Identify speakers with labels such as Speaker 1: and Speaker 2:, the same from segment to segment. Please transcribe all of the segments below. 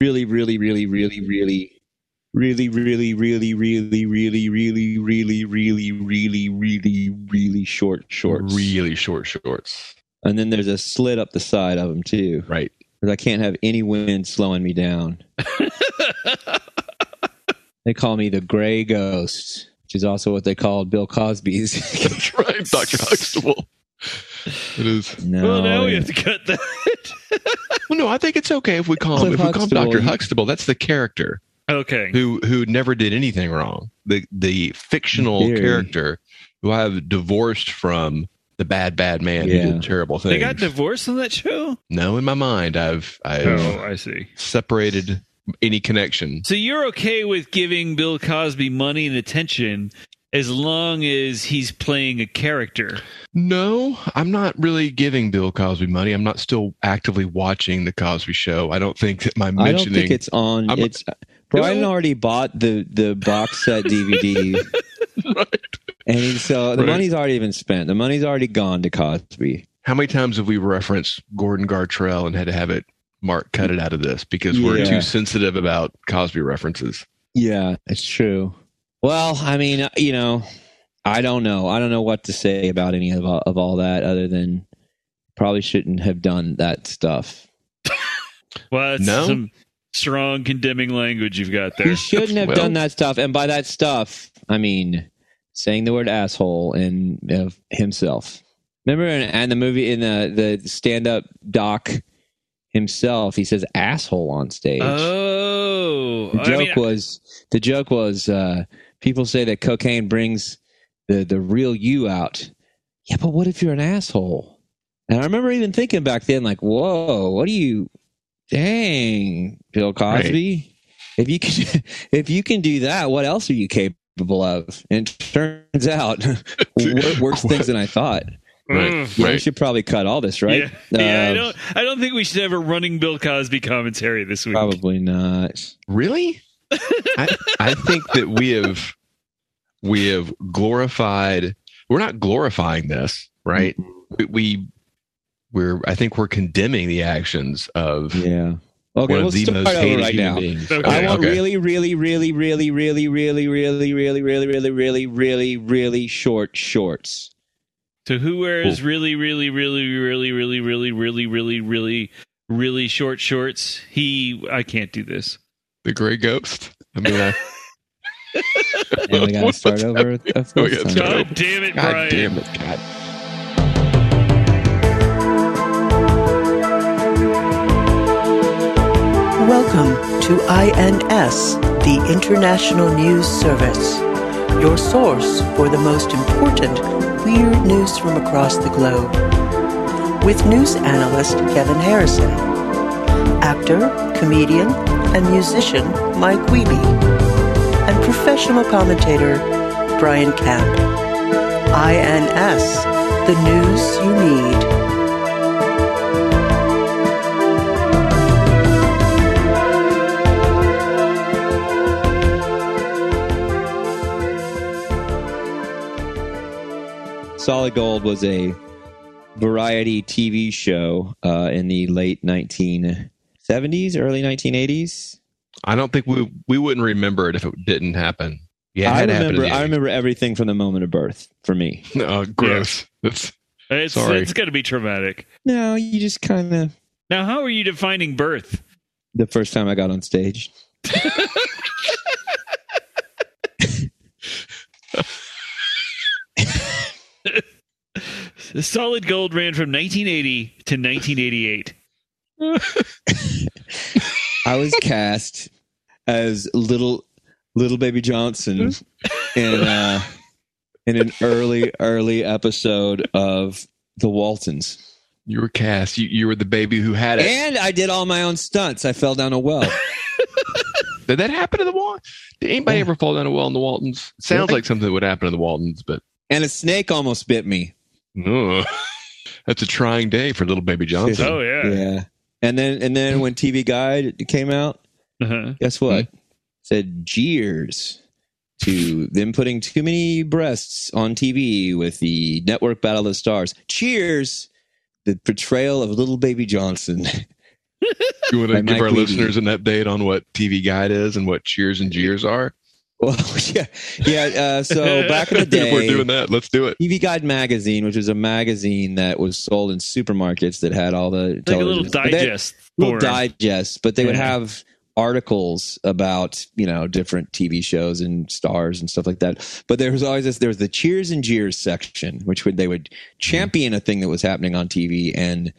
Speaker 1: really, really, really, really, really, really, really, really, really, really, really, really, really, really, really, really short shorts.
Speaker 2: Really short shorts.
Speaker 1: And then there's a slit up the side of them too,
Speaker 2: Right.
Speaker 1: because I can't have any wind slowing me down. They call me the Gray Ghost, which is also what they called Bill Cosby's.
Speaker 2: That's right, Dr. Huxtable. It is.
Speaker 1: no,
Speaker 3: well, now we
Speaker 1: it-
Speaker 3: have to cut that.
Speaker 2: Well, no, I think it's okay if we call him,
Speaker 1: Cliff
Speaker 2: if we call him
Speaker 1: Huxtable,
Speaker 2: Dr.
Speaker 1: you-
Speaker 2: Huxtable. That's the character
Speaker 3: okay.
Speaker 2: who who never did anything wrong. The the fictional
Speaker 1: Very.
Speaker 2: character who I have divorced from the bad bad man
Speaker 1: Yeah.
Speaker 2: who did terrible things.
Speaker 3: They got divorced on that show?
Speaker 2: no, in my mind, I've I've
Speaker 3: Oh, I see.
Speaker 2: separated any connection.
Speaker 3: So you're okay with giving Bill Cosby money and attention as long as he's playing a character.
Speaker 2: No, I'm not really giving Bill Cosby money. I'm not still actively watching the Cosby Show. I don't think that my
Speaker 1: I don't
Speaker 2: mentioning
Speaker 1: think it's on.
Speaker 2: I'm-
Speaker 1: it's Brian
Speaker 2: No.
Speaker 1: already bought the the box set DVD,
Speaker 2: Right.
Speaker 1: and he- so the
Speaker 2: Right.
Speaker 1: money's already been spent. The money's already gone to Cosby.
Speaker 2: How many times have we referenced Gordon Gartrell and had to have it Mark cut it out of this because we're
Speaker 1: Yeah.
Speaker 2: too sensitive about Cosby references?
Speaker 1: Yeah, it's true. Well, I mean, uh, you know, I don't know. I don't know what to say about any of all, of all that other than probably shouldn't have done that stuff.
Speaker 3: Well, that's
Speaker 2: No?
Speaker 3: some strong condemning language you've got
Speaker 1: You
Speaker 3: there.
Speaker 1: shouldn't have
Speaker 2: Well-
Speaker 1: done that stuff. And by that stuff, I mean saying the word asshole and of himself. Remember in, in the movie in the the stand up doc himself, he says asshole on stage.
Speaker 3: Oh,
Speaker 1: The
Speaker 3: I
Speaker 1: joke
Speaker 3: mean,
Speaker 1: was the joke was uh, people say that cocaine brings the the real you out. Yeah, but what if you're an asshole? And I remember even thinking back then, like, whoa, what do you? Dang, Bill Cosby, if you can if you can do that, what else are you capable of? And it turns out, wor- worse things than I thought.
Speaker 2: Right.
Speaker 1: Yeah, We
Speaker 2: Right.
Speaker 1: should probably cut all this, right?
Speaker 3: mm. Yeah, yeah I
Speaker 1: Uh,
Speaker 3: don't. I don't think we should have a running Bill Cosby commentary this week.
Speaker 1: Probably not.
Speaker 2: Really? I, I think that we have we have glorified we're not glorifying this, right? We, we we're I think we're condemning the actions of
Speaker 1: Yeah. Okay,
Speaker 2: one
Speaker 1: we'll
Speaker 2: of the
Speaker 1: start
Speaker 2: most
Speaker 1: over
Speaker 2: hated
Speaker 1: right
Speaker 2: human
Speaker 1: now.
Speaker 2: beings.
Speaker 3: Okay.
Speaker 1: I want
Speaker 2: okay.
Speaker 1: really, really, really, really, really, really, really, really, really, really, really, really, really short shorts.
Speaker 3: So who wears really, really, really, really, really, really, really, really, really, really short shorts? He, I can't do this.
Speaker 2: the gray ghost. I mean, I,
Speaker 1: And we gotta
Speaker 2: What's
Speaker 1: start over with the
Speaker 2: Oh, yeah,
Speaker 1: first
Speaker 2: that's
Speaker 1: time.
Speaker 2: right.
Speaker 3: God damn it,
Speaker 2: God
Speaker 3: Brian!
Speaker 2: damn it, God.
Speaker 4: Welcome to INS, the International News Service, your source for the most important weird news from across the globe. With news analyst Kevin Harrison, actor, comedian, and musician Mike Wiebe, and professional commentator Brian Camp. INS, the news you need.
Speaker 1: Solid Gold was a variety TV show uh, in the late 1970s, early 1980s.
Speaker 2: I don't think we we wouldn't remember it if it didn't happen. Yeah, it
Speaker 1: I
Speaker 2: had happened.
Speaker 1: remember.
Speaker 2: in the
Speaker 1: I remember everything from the moment of birth for me.
Speaker 2: 80s. Oh, gross. That's
Speaker 3: It's
Speaker 2: Sorry.
Speaker 3: it's gonna be traumatic.
Speaker 1: No, you just kind of
Speaker 3: Now, how are you defining birth?
Speaker 1: the first time I got on stage.
Speaker 3: Solid Gold ran from 1980 to 1988.
Speaker 1: I was cast as little little baby Johnson in uh, in an early early episode of The Waltons,
Speaker 2: you were cast. You you were the baby who had it.
Speaker 1: and I did all my own stunts. I fell down a well.
Speaker 2: Did that happen to the Waltons? Did anybody
Speaker 1: Yeah.
Speaker 2: ever fall down a well in the Waltons? Sounds like something that would happen to the Waltons, but
Speaker 1: And a snake almost bit me.
Speaker 2: ugh. that's a trying day for little baby Johnson.
Speaker 3: Oh yeah.
Speaker 1: Yeah. And then and then when TV Guide came out,
Speaker 3: Uh-huh.
Speaker 1: guess what? Said jeers to them putting too many breasts on TV with the network Battle of the Stars. Cheers, the portrayal of little baby Johnson
Speaker 2: You want to
Speaker 1: By
Speaker 2: give
Speaker 1: Mike
Speaker 2: our
Speaker 1: Levy.
Speaker 2: listeners an update on what TV Guide is and what cheers and jeers are?
Speaker 1: Well, yeah, yeah. Uh, so back in the
Speaker 2: If
Speaker 1: day,
Speaker 2: we're doing that, let's do it.
Speaker 1: TV Guide magazine, which was a magazine that was sold in supermarkets that had all the
Speaker 3: like a little
Speaker 1: televisions. But they had
Speaker 3: digest.
Speaker 1: little
Speaker 3: for 'em.
Speaker 1: digest, but they would
Speaker 3: Yeah.
Speaker 1: have articles about you know different TV shows and stars and stuff like that. But there was always this. There was the cheers and jeers section, which would they would
Speaker 3: Mm-hmm.
Speaker 1: champion a thing that was happening on TV and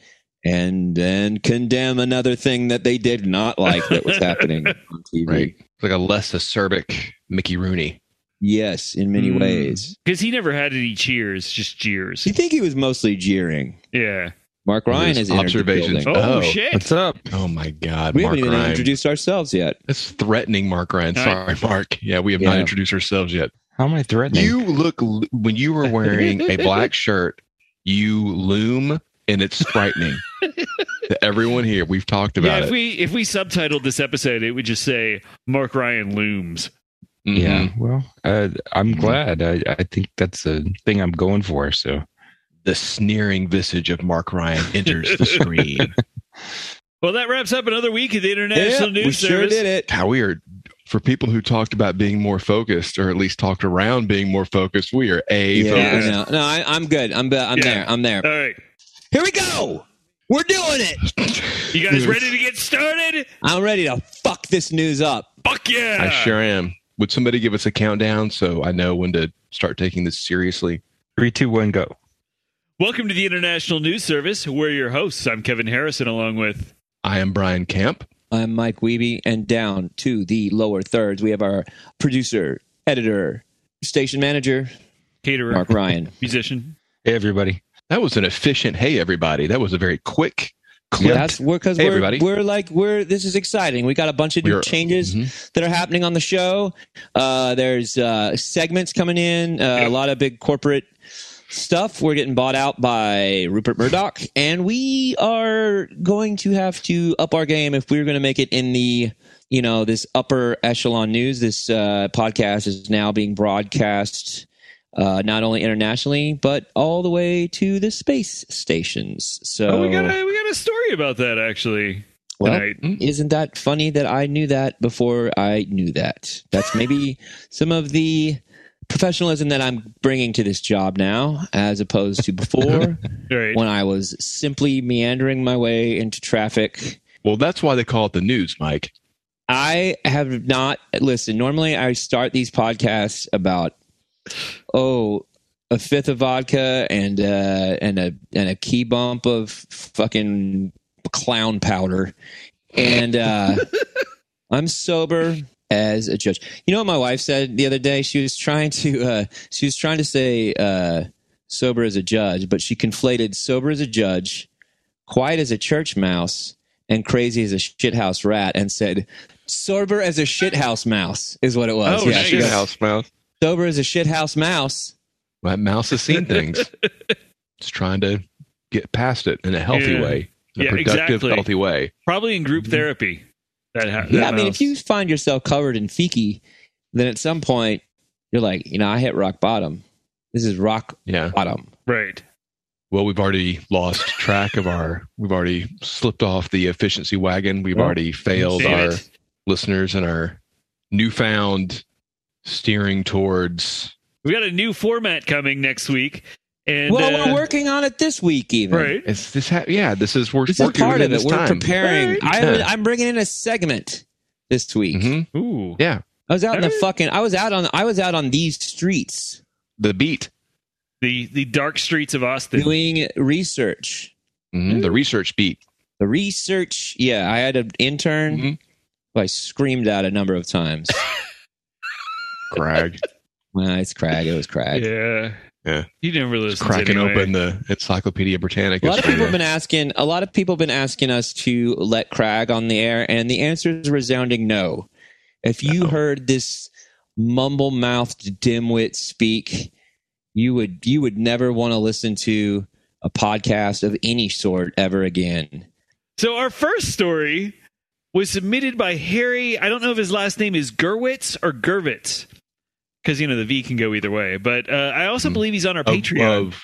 Speaker 1: and then condemn another thing that they did not like that was happening on TV.
Speaker 2: Right. It's like a less acerbic Mickey Rooney.
Speaker 1: Yes, in many
Speaker 3: Mm.
Speaker 1: ways.
Speaker 3: Because he never had any cheers, just jeers.
Speaker 1: You think he was mostly jeering?
Speaker 3: Yeah.
Speaker 1: Mark Ryan is entered the
Speaker 2: observations.
Speaker 1: building.
Speaker 3: Oh, shit.
Speaker 2: What's up? Oh my God,
Speaker 1: We
Speaker 2: Mark
Speaker 1: haven't even
Speaker 2: Ryan.
Speaker 1: introduced ourselves yet.
Speaker 2: That's threatening, Mark Ryan.
Speaker 3: All
Speaker 2: Sorry, Mark. Yeah, we have not
Speaker 1: Yeah.
Speaker 2: introduced ourselves yet.
Speaker 5: How am I threatening?
Speaker 2: You look l- when you were wearing a black shirt, you loom, and it's frightening to everyone here. We've talked
Speaker 3: Yeah,
Speaker 2: about
Speaker 3: if we if we subtitled this episode, it would just say Mark Ryan looms.
Speaker 2: it. Mhm.
Speaker 5: Yeah. Well, uh, I'm
Speaker 3: Mm-hmm.
Speaker 5: glad. I, I think that's the thing I'm going for. So
Speaker 2: the sneering visage of Mark Ryan enters the screen.
Speaker 3: Well, that wraps up another week of the International
Speaker 1: Yeah, we
Speaker 3: News
Speaker 1: sure
Speaker 3: Service.
Speaker 1: did it.
Speaker 2: How we are for people who talked about being more focused, or at least talked around being more focused. We are a
Speaker 1: Yeah,
Speaker 2: focused.
Speaker 1: I know. No, I, I'm good. I'm be- I'm
Speaker 3: Yeah.
Speaker 1: there. I'm there.
Speaker 3: All right.
Speaker 1: Here we go. We're doing it.
Speaker 3: You guys ready to get started?
Speaker 1: I'm ready to fuck this news up.
Speaker 3: Fuck yeah.
Speaker 2: I sure am. Would somebody give us a countdown so I know when to start taking this seriously?
Speaker 5: three, two, one, go.
Speaker 3: Welcome to the International News Service. We're your hosts. I'm Kevin Harrison along with
Speaker 2: I am Brian Camp.
Speaker 1: I'm Mike Wiebe, and down to the lower thirds, we have our producer, editor, station manager,
Speaker 3: caterer,
Speaker 1: Mark Ryan.
Speaker 3: musician.
Speaker 5: Hey, everybody.
Speaker 2: That was an efficient. Hey, everybody. That was a very quick clip.
Speaker 1: That's we're because
Speaker 2: Hey,
Speaker 1: we're
Speaker 2: everybody.
Speaker 1: we're like we're this is exciting. We got a bunch of new
Speaker 2: We're- mm-hmm.
Speaker 1: changes that are happening on the show. Uh, there's uh, segments coming in. Uh, A lot of big corporate stuff. We're getting bought out by Rupert Murdoch, and we are going to have to up our game if we're going to make it in the you know this upper echelon news. This uh, podcast is now being broadcast. Uh, not only internationally, but all the way to the space stations. So
Speaker 3: Oh, we got a we got a story about that actually
Speaker 1: Well,
Speaker 3: tonight.
Speaker 1: isn't that funny that I knew that before I knew that? That's maybe some of the professionalism that I'm bringing to this job now, as opposed to before
Speaker 3: All right.
Speaker 1: when I was simply meandering my way into traffic.
Speaker 2: Well, that's why they call it the news, Mike.
Speaker 1: I have not listened. Normally, I start these podcasts about oh, a fifth of vodka and uh, and a and a key bump of fucking clown powder, and uh, I'm sober as a judge. You know what my wife said the other day? She was trying to uh, she was trying to say uh, sober as a judge, but she conflated sober as a judge, quiet as a church mouse, and crazy as a shithouse rat, and said. Sober as a shithouse mouse is what it was.
Speaker 3: Oh,
Speaker 1: yeah, she
Speaker 3: nice.
Speaker 1: goes,
Speaker 2: house mouse.
Speaker 1: sober as a shithouse mouse.
Speaker 2: That mouse has seen things. it's trying to get past it in a healthy
Speaker 3: Yeah.
Speaker 2: way, in a
Speaker 3: Yeah,
Speaker 2: productive,
Speaker 3: exactly.
Speaker 2: healthy way.
Speaker 3: Probably in group therapy. That ha-
Speaker 1: Mm-hmm. Yeah,
Speaker 3: that
Speaker 1: I mean,
Speaker 3: mouse.
Speaker 1: if you find yourself covered in feces, then at some point you're like, you know, I hit rock bottom. This is rock
Speaker 2: Yeah.
Speaker 1: bottom.
Speaker 3: right.
Speaker 2: Well, we've already lost track of our. We've already slipped off the efficiency wagon. We've
Speaker 1: Well,
Speaker 2: already failed
Speaker 3: Damn
Speaker 2: our
Speaker 3: it.
Speaker 2: listeners and our newfound steering towards.
Speaker 3: We got a new format coming next week. And
Speaker 1: well,
Speaker 3: uh,
Speaker 1: we're working on it this week, even.
Speaker 3: right.
Speaker 2: It's this. Ha- yeah, this is we're
Speaker 1: This is
Speaker 2: working
Speaker 1: part
Speaker 2: within
Speaker 1: of it.
Speaker 2: this
Speaker 1: We're
Speaker 2: time.
Speaker 1: preparing.
Speaker 3: Right.
Speaker 1: I,
Speaker 2: Yeah.
Speaker 1: I'm bringing in a segment this week.
Speaker 2: Mhm.
Speaker 3: Ooh.
Speaker 2: Yeah.
Speaker 1: I was out in the
Speaker 3: Alright.
Speaker 1: fucking. I was out on. I was out on these streets
Speaker 2: The beat,
Speaker 3: The the dark streets of Austin.
Speaker 1: doing research.
Speaker 2: Mhm.
Speaker 1: Mm-hmm.
Speaker 2: the research beat.
Speaker 1: The research. Yeah, I had an intern
Speaker 2: Mhm.
Speaker 1: who I screamed at a number of times.
Speaker 2: Greg
Speaker 1: well, it's Crag. It was Crag.
Speaker 3: yeah.
Speaker 2: Yeah.
Speaker 3: You never really listen
Speaker 2: cracking
Speaker 3: anyway.
Speaker 2: open the Encyclopedia
Speaker 1: A
Speaker 2: Britannica.
Speaker 1: lot of
Speaker 2: for
Speaker 1: people have
Speaker 2: you.
Speaker 1: been asking. A lot of people have been asking us to let Crag on the air, and the answer is a resounding no. If you heard this mumble mouthed dimwit speak, you would you would never want to listen to a podcast of any sort ever again.
Speaker 3: So our first story was submitted by Harry. I don't know if his last name is Gerwitz or Gervitz, because you know the V can go either way. But uh, I also
Speaker 2: Hmm.
Speaker 3: believe he's on our
Speaker 2: Of-
Speaker 3: Patreon.
Speaker 2: of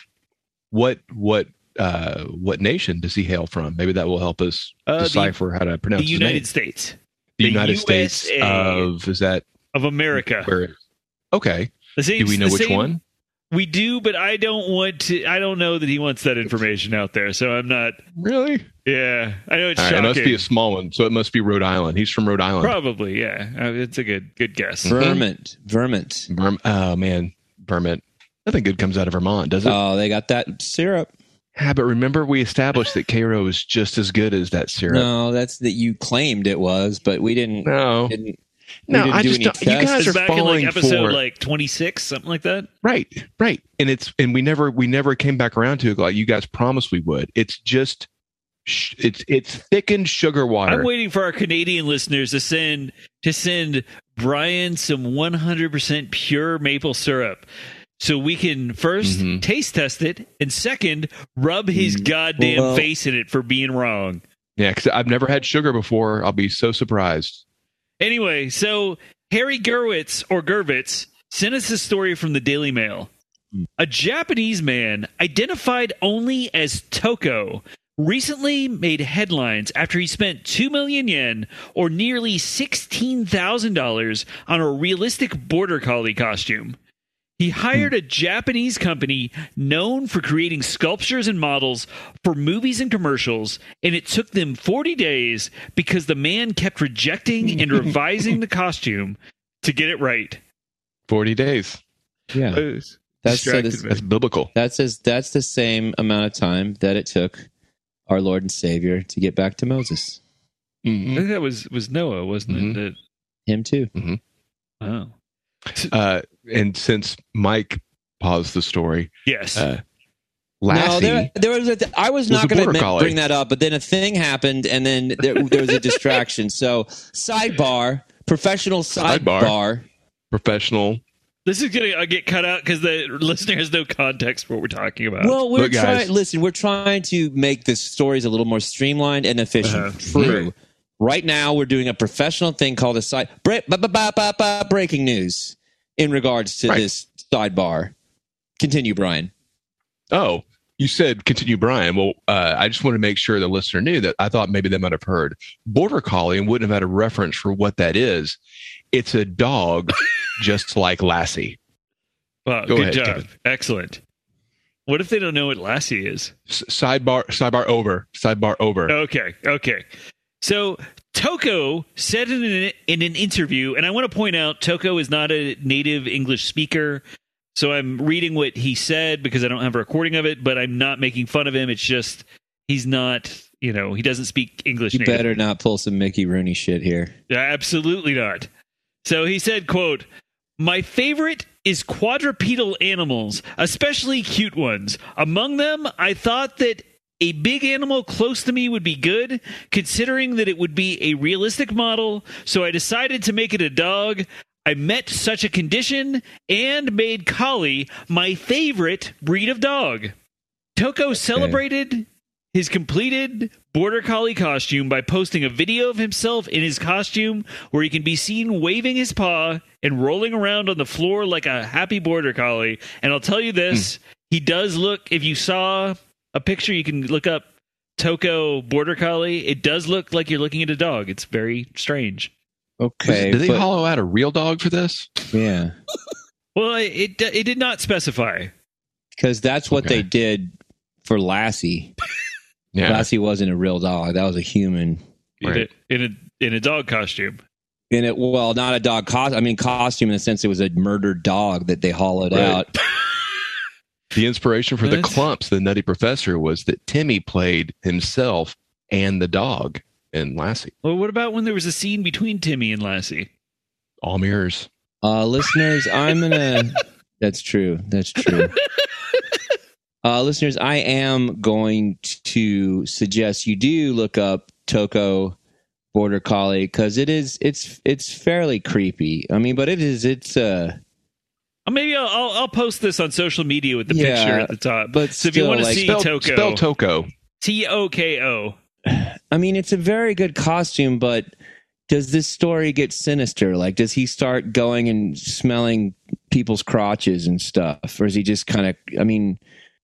Speaker 2: what what uh, what nation does he hail from? Maybe that will help us
Speaker 3: Uh, the-
Speaker 2: decipher how to
Speaker 3: the
Speaker 2: pronounce his name.
Speaker 3: United States
Speaker 2: the
Speaker 3: the
Speaker 2: United States
Speaker 3: USA.
Speaker 2: of is that
Speaker 3: of America.
Speaker 2: where? it- Okay,
Speaker 3: The same-
Speaker 2: do we know
Speaker 3: the
Speaker 2: which
Speaker 3: same-
Speaker 2: one?
Speaker 3: We do, but I don't want to. I don't know that he wants that information out there, so I'm not.
Speaker 2: Really?
Speaker 3: Yeah, I know it's
Speaker 2: All right, it
Speaker 3: shocking.
Speaker 2: must be a small one, so it must be Rhode Island. He's from Rhode Island.
Speaker 3: Probably, yeah. Uh, It's a good good guess.
Speaker 2: Mhm.
Speaker 1: Vermont. Vermont.
Speaker 2: Verm- oh man, Vermont. Nothing good comes out of Vermont, does it?
Speaker 1: Oh, they got that syrup.
Speaker 2: yeah, but remember we established that Cairo is just as good as that syrup.
Speaker 1: No, that's that you claimed it was, but we didn't.
Speaker 2: No,
Speaker 1: didn't we
Speaker 2: No,
Speaker 1: didn't
Speaker 2: I
Speaker 1: do
Speaker 2: just
Speaker 1: any
Speaker 2: don't- you
Speaker 1: tests.
Speaker 2: guys
Speaker 3: It's
Speaker 2: are
Speaker 3: back in like
Speaker 2: falling
Speaker 3: episode
Speaker 2: for-
Speaker 3: like 26, something like that.
Speaker 2: right, right. And it's and we never we never came back around to it like you guys promised we would. It's just sh- it's it's thickened sugar water.
Speaker 3: I'm waiting for our Canadian listeners to send to send Brian some 100% pure maple syrup. So we can 1st
Speaker 2: Mhm.
Speaker 3: taste test it, and second, rub his
Speaker 2: Mm,
Speaker 3: goddamn
Speaker 1: Well-
Speaker 3: face in it for being wrong.
Speaker 2: yeah, because I've never had sugar before. I'll be so surprised.
Speaker 3: Anyway, so Harry Gerwitz or Gervitz sent us a story from the Daily Mail. A Japanese man identified only as Toko recently made headlines after he spent 2 million yen or nearly $16,000 on a realistic border collie costume. He
Speaker 2: Hmm.
Speaker 3: hired a Japanese company known for creating sculptures and models for movies and commercials, and it took them 40 days because the man kept rejecting and revising the costume to get it right.
Speaker 2: Forty days.
Speaker 1: Yeah, that's so
Speaker 3: Distracted
Speaker 1: this-
Speaker 3: me.
Speaker 2: That's biblical.
Speaker 1: that's as that's the same amount of time that it took our Lord and Savior to get back to Moses.
Speaker 3: I
Speaker 2: Mhm.
Speaker 3: think that was, was Noah, wasn't
Speaker 2: Mhm.
Speaker 3: it?
Speaker 1: Him too.
Speaker 3: That- oh.
Speaker 2: Uh, and since Mike paused the story,
Speaker 3: Yes.
Speaker 2: uh, Lassie.
Speaker 1: No, there, there was a. Th- I was,
Speaker 2: Was a
Speaker 1: not going to
Speaker 2: border collie.
Speaker 1: bring that up, but then a thing happened, and then there, there was a distraction. So sidebar, professional
Speaker 2: Sidebar. Uh,
Speaker 1: sidebar.
Speaker 2: professional.
Speaker 3: this is going to get cut out because the listener has no context for what we're talking about.
Speaker 1: Well, we're
Speaker 2: Look, guys.
Speaker 1: trying. Listen, we're trying to make the stories a little more streamlined and efficient.
Speaker 3: Uh-huh.
Speaker 1: True. Right now, we're doing a professional thing called a side bre- ba- ba- ba- ba- ba- breaking news in regards to
Speaker 2: Right.
Speaker 1: this sidebar. Continue, Brian.
Speaker 2: Oh, you said continue, Brian. Well, uh, I just want to make sure the listener knew that I thought maybe they might have heard border collie and wouldn't have had a reference for what that is. It's a dog, just like Lassie.
Speaker 3: Wow,
Speaker 2: Go
Speaker 3: good
Speaker 2: ahead,
Speaker 3: job.
Speaker 2: Kevin.
Speaker 3: Excellent. What if they don't know what Lassie is?
Speaker 2: S- sidebar, sidebar over, sidebar over.
Speaker 3: Okay, okay. So Toko said in an, in an interview, and I want to point out Toko is not a native English speaker. So I'm reading what he said because I don't have a recording of it, but I'm not making fun of him. It's just he's not, you know, he doesn't speak English.
Speaker 1: You
Speaker 3: native.
Speaker 1: better not pull some Mickey Rooney shit here.
Speaker 3: Absolutely not. So he said, quote, my favorite is quadrupedal animals, especially cute ones. Among them, I thought that a big animal close to me would be good, considering that it would be a realistic model, so I decided to make it a dog. I met such a condition and made Collie my favorite breed of dog. Toko celebrated his completed border collie costume by posting a video of himself in his costume where he can be seen waving his paw and rolling around on the floor like a happy border collie. And I'll tell you this, he does look if you saw a picture you can look up Toko border collie, it does look like you're looking at a dog. It's very strange.
Speaker 1: Okay.
Speaker 2: Oh, Did they
Speaker 1: but-
Speaker 2: hollow out a real dog for this?
Speaker 1: yeah.
Speaker 3: Well, it it did not specify.
Speaker 1: Because that's what
Speaker 2: Okay.
Speaker 1: they did for Lassie.
Speaker 2: Yeah.
Speaker 1: Lassie wasn't a real dog. That was a human.
Speaker 2: Right.
Speaker 3: In a in a in a dog costume.
Speaker 1: And it, well, not a dog costume. I mean, costume in the sense it was a murdered dog that they hollowed
Speaker 2: Right.
Speaker 1: out.
Speaker 2: The inspiration for the
Speaker 3: That's-
Speaker 2: clumps, the Nutty Professor, was that Timmy played himself and the dog in Lassie.
Speaker 3: Well, what about when there was a scene between Timmy and Lassie?
Speaker 2: All mirrors.
Speaker 1: Uh, listeners, I'm gonna. That's true. That's true. Uh, listeners, I am going to suggest you do look up Toko Border Collie because it is it's it's fairly creepy. I mean, but it is it's uh
Speaker 3: Oh, Maybe I'll, I'll I'll post this on social media with the
Speaker 1: Yeah,
Speaker 3: picture at the top.
Speaker 1: but
Speaker 3: so if you
Speaker 1: still,
Speaker 3: want to
Speaker 1: like-
Speaker 3: see
Speaker 2: Spell,
Speaker 3: Toko,
Speaker 2: spell Toko.
Speaker 3: T O K O.
Speaker 1: I mean, it's a very good costume, but does this story get sinister? Like, does he start going and smelling people's crotches and stuff, or is he just kind of? I mean,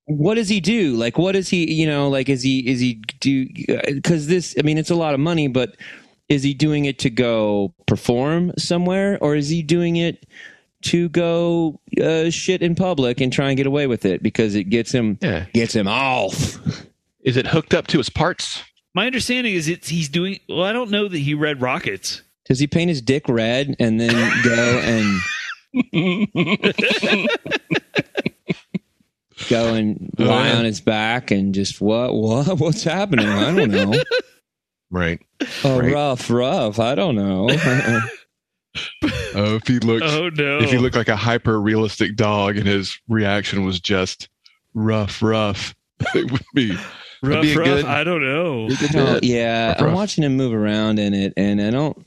Speaker 1: what does he do? Like, what is he? You know, like, is he is he do? Because this, I mean, it's a lot of money, but is he doing it to go perform somewhere, or is he doing it to go uh, shit in public and try and get away with it because it gets him
Speaker 2: Yeah.
Speaker 1: gets him off?
Speaker 2: Is it hooked up to his parts?
Speaker 3: My understanding is it's he's doing. Well, I don't know that he read Rockets.
Speaker 1: Does he paint his dick red and then go and go and lie
Speaker 2: Oh, Yeah.
Speaker 1: on his back and just what what what's happening? I don't know.
Speaker 2: Right.
Speaker 1: Oh,
Speaker 2: Right.
Speaker 1: rough, rough. I don't know.
Speaker 2: Oh, if he looked
Speaker 3: Oh no!
Speaker 2: if he looked like a hyper realistic dog and his reaction was just rough, rough, it would be
Speaker 3: rough,
Speaker 2: be a
Speaker 3: rough.
Speaker 2: good-
Speaker 3: I don't know.
Speaker 2: Look at
Speaker 1: No,
Speaker 2: that.
Speaker 1: yeah,
Speaker 2: Rough,
Speaker 1: I'm
Speaker 2: rough.
Speaker 1: watching him move around in it, and I don't.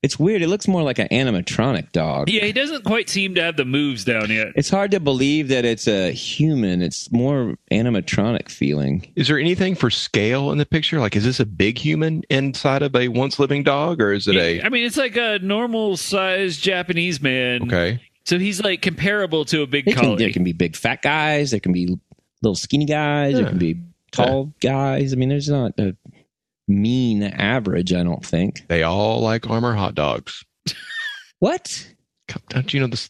Speaker 1: It's weird. It looks more like an animatronic dog.
Speaker 3: Yeah, he doesn't quite seem to have the moves down yet.
Speaker 1: It's hard to believe that it's a human. It's more animatronic feeling.
Speaker 2: Is there anything for scale in the picture? Like, is this a big human inside of a once living dog, or is it
Speaker 3: He-
Speaker 2: a
Speaker 3: I mean, it's like a normal sized Japanese man.
Speaker 2: okay?
Speaker 3: So he's like comparable to a big
Speaker 1: They can,
Speaker 3: collie.
Speaker 1: there can be big fat guys. There can be little skinny guys.
Speaker 2: Yeah.
Speaker 1: There can be tall guys. I mean, there's not a mean average. I don't think.
Speaker 2: They all like armor hot dogs.
Speaker 1: What?
Speaker 2: Come- Don't you know this?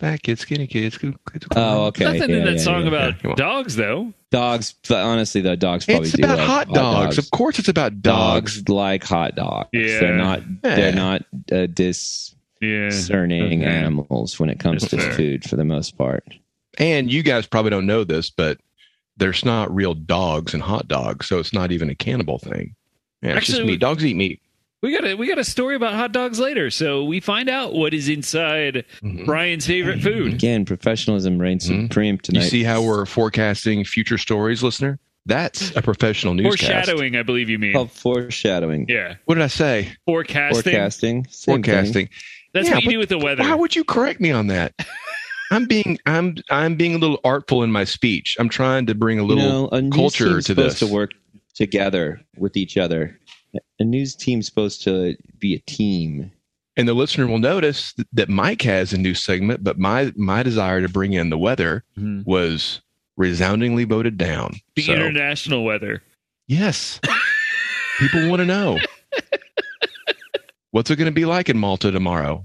Speaker 2: Fat kids, skinny kids. go- go- go-
Speaker 1: Oh, okay.
Speaker 3: Nothing
Speaker 1: Yeah,
Speaker 3: in that
Speaker 1: yeah,
Speaker 3: song
Speaker 1: yeah.
Speaker 2: yeah,
Speaker 3: about
Speaker 2: come on.
Speaker 3: dogs, though.
Speaker 1: dogs. But honestly, though, dogs probably
Speaker 2: It's
Speaker 1: do
Speaker 2: about
Speaker 1: like
Speaker 2: hot dogs. Of course, it's about dogs.
Speaker 1: Dogs like hot dogs.
Speaker 3: Yeah.
Speaker 1: They're not.
Speaker 2: Yeah.
Speaker 1: They're not uh, dis.
Speaker 3: Yeah.
Speaker 1: discerning
Speaker 3: Okay.
Speaker 1: animals when it comes
Speaker 3: That's
Speaker 1: to
Speaker 3: fair.
Speaker 1: food for the most part.
Speaker 2: And you guys probably don't know this, but there's not real dogs in hot dogs, so it's not even a cannibal thing. Yeah, it's just
Speaker 3: Actually, we-
Speaker 2: meat. Dogs eat meat.
Speaker 3: We got a we got a story about hot dogs later, so we find out what is inside
Speaker 1: Mm-hmm.
Speaker 2: Mhm.
Speaker 3: Brian's favorite food.
Speaker 1: Again, professionalism reigns
Speaker 2: Mhm.
Speaker 1: supreme
Speaker 2: You
Speaker 1: tonight.
Speaker 2: see how we're forecasting future stories, listener? That's a professional newscast. Oh.
Speaker 3: Foreshadowing, I believe you mean.
Speaker 1: called foreshadowing,
Speaker 3: Yeah,
Speaker 2: What did I say?
Speaker 3: forecasting.
Speaker 1: forecasting, Same thing.
Speaker 2: Forecasting.
Speaker 3: That's
Speaker 2: Yeah,
Speaker 3: what you
Speaker 2: but
Speaker 3: do with the weather.
Speaker 2: Why would you correct me on that? I'm being I'm I'm being a little artful in my speech. I'm trying to bring a
Speaker 1: You
Speaker 2: little
Speaker 1: know, a news
Speaker 2: culture
Speaker 1: team's
Speaker 2: to
Speaker 1: supposed
Speaker 2: this.
Speaker 1: to work together with each other. A news team's supposed to be a team.
Speaker 2: and the listener will notice th- that Mike has a new segment, but my my desire to bring in the weather
Speaker 1: Mm-hmm.
Speaker 3: Mhm.
Speaker 2: was resoundingly voted down.
Speaker 3: the
Speaker 2: So,
Speaker 3: international weather.
Speaker 2: yes. People want to know. What's it going to be like in Malta tomorrow?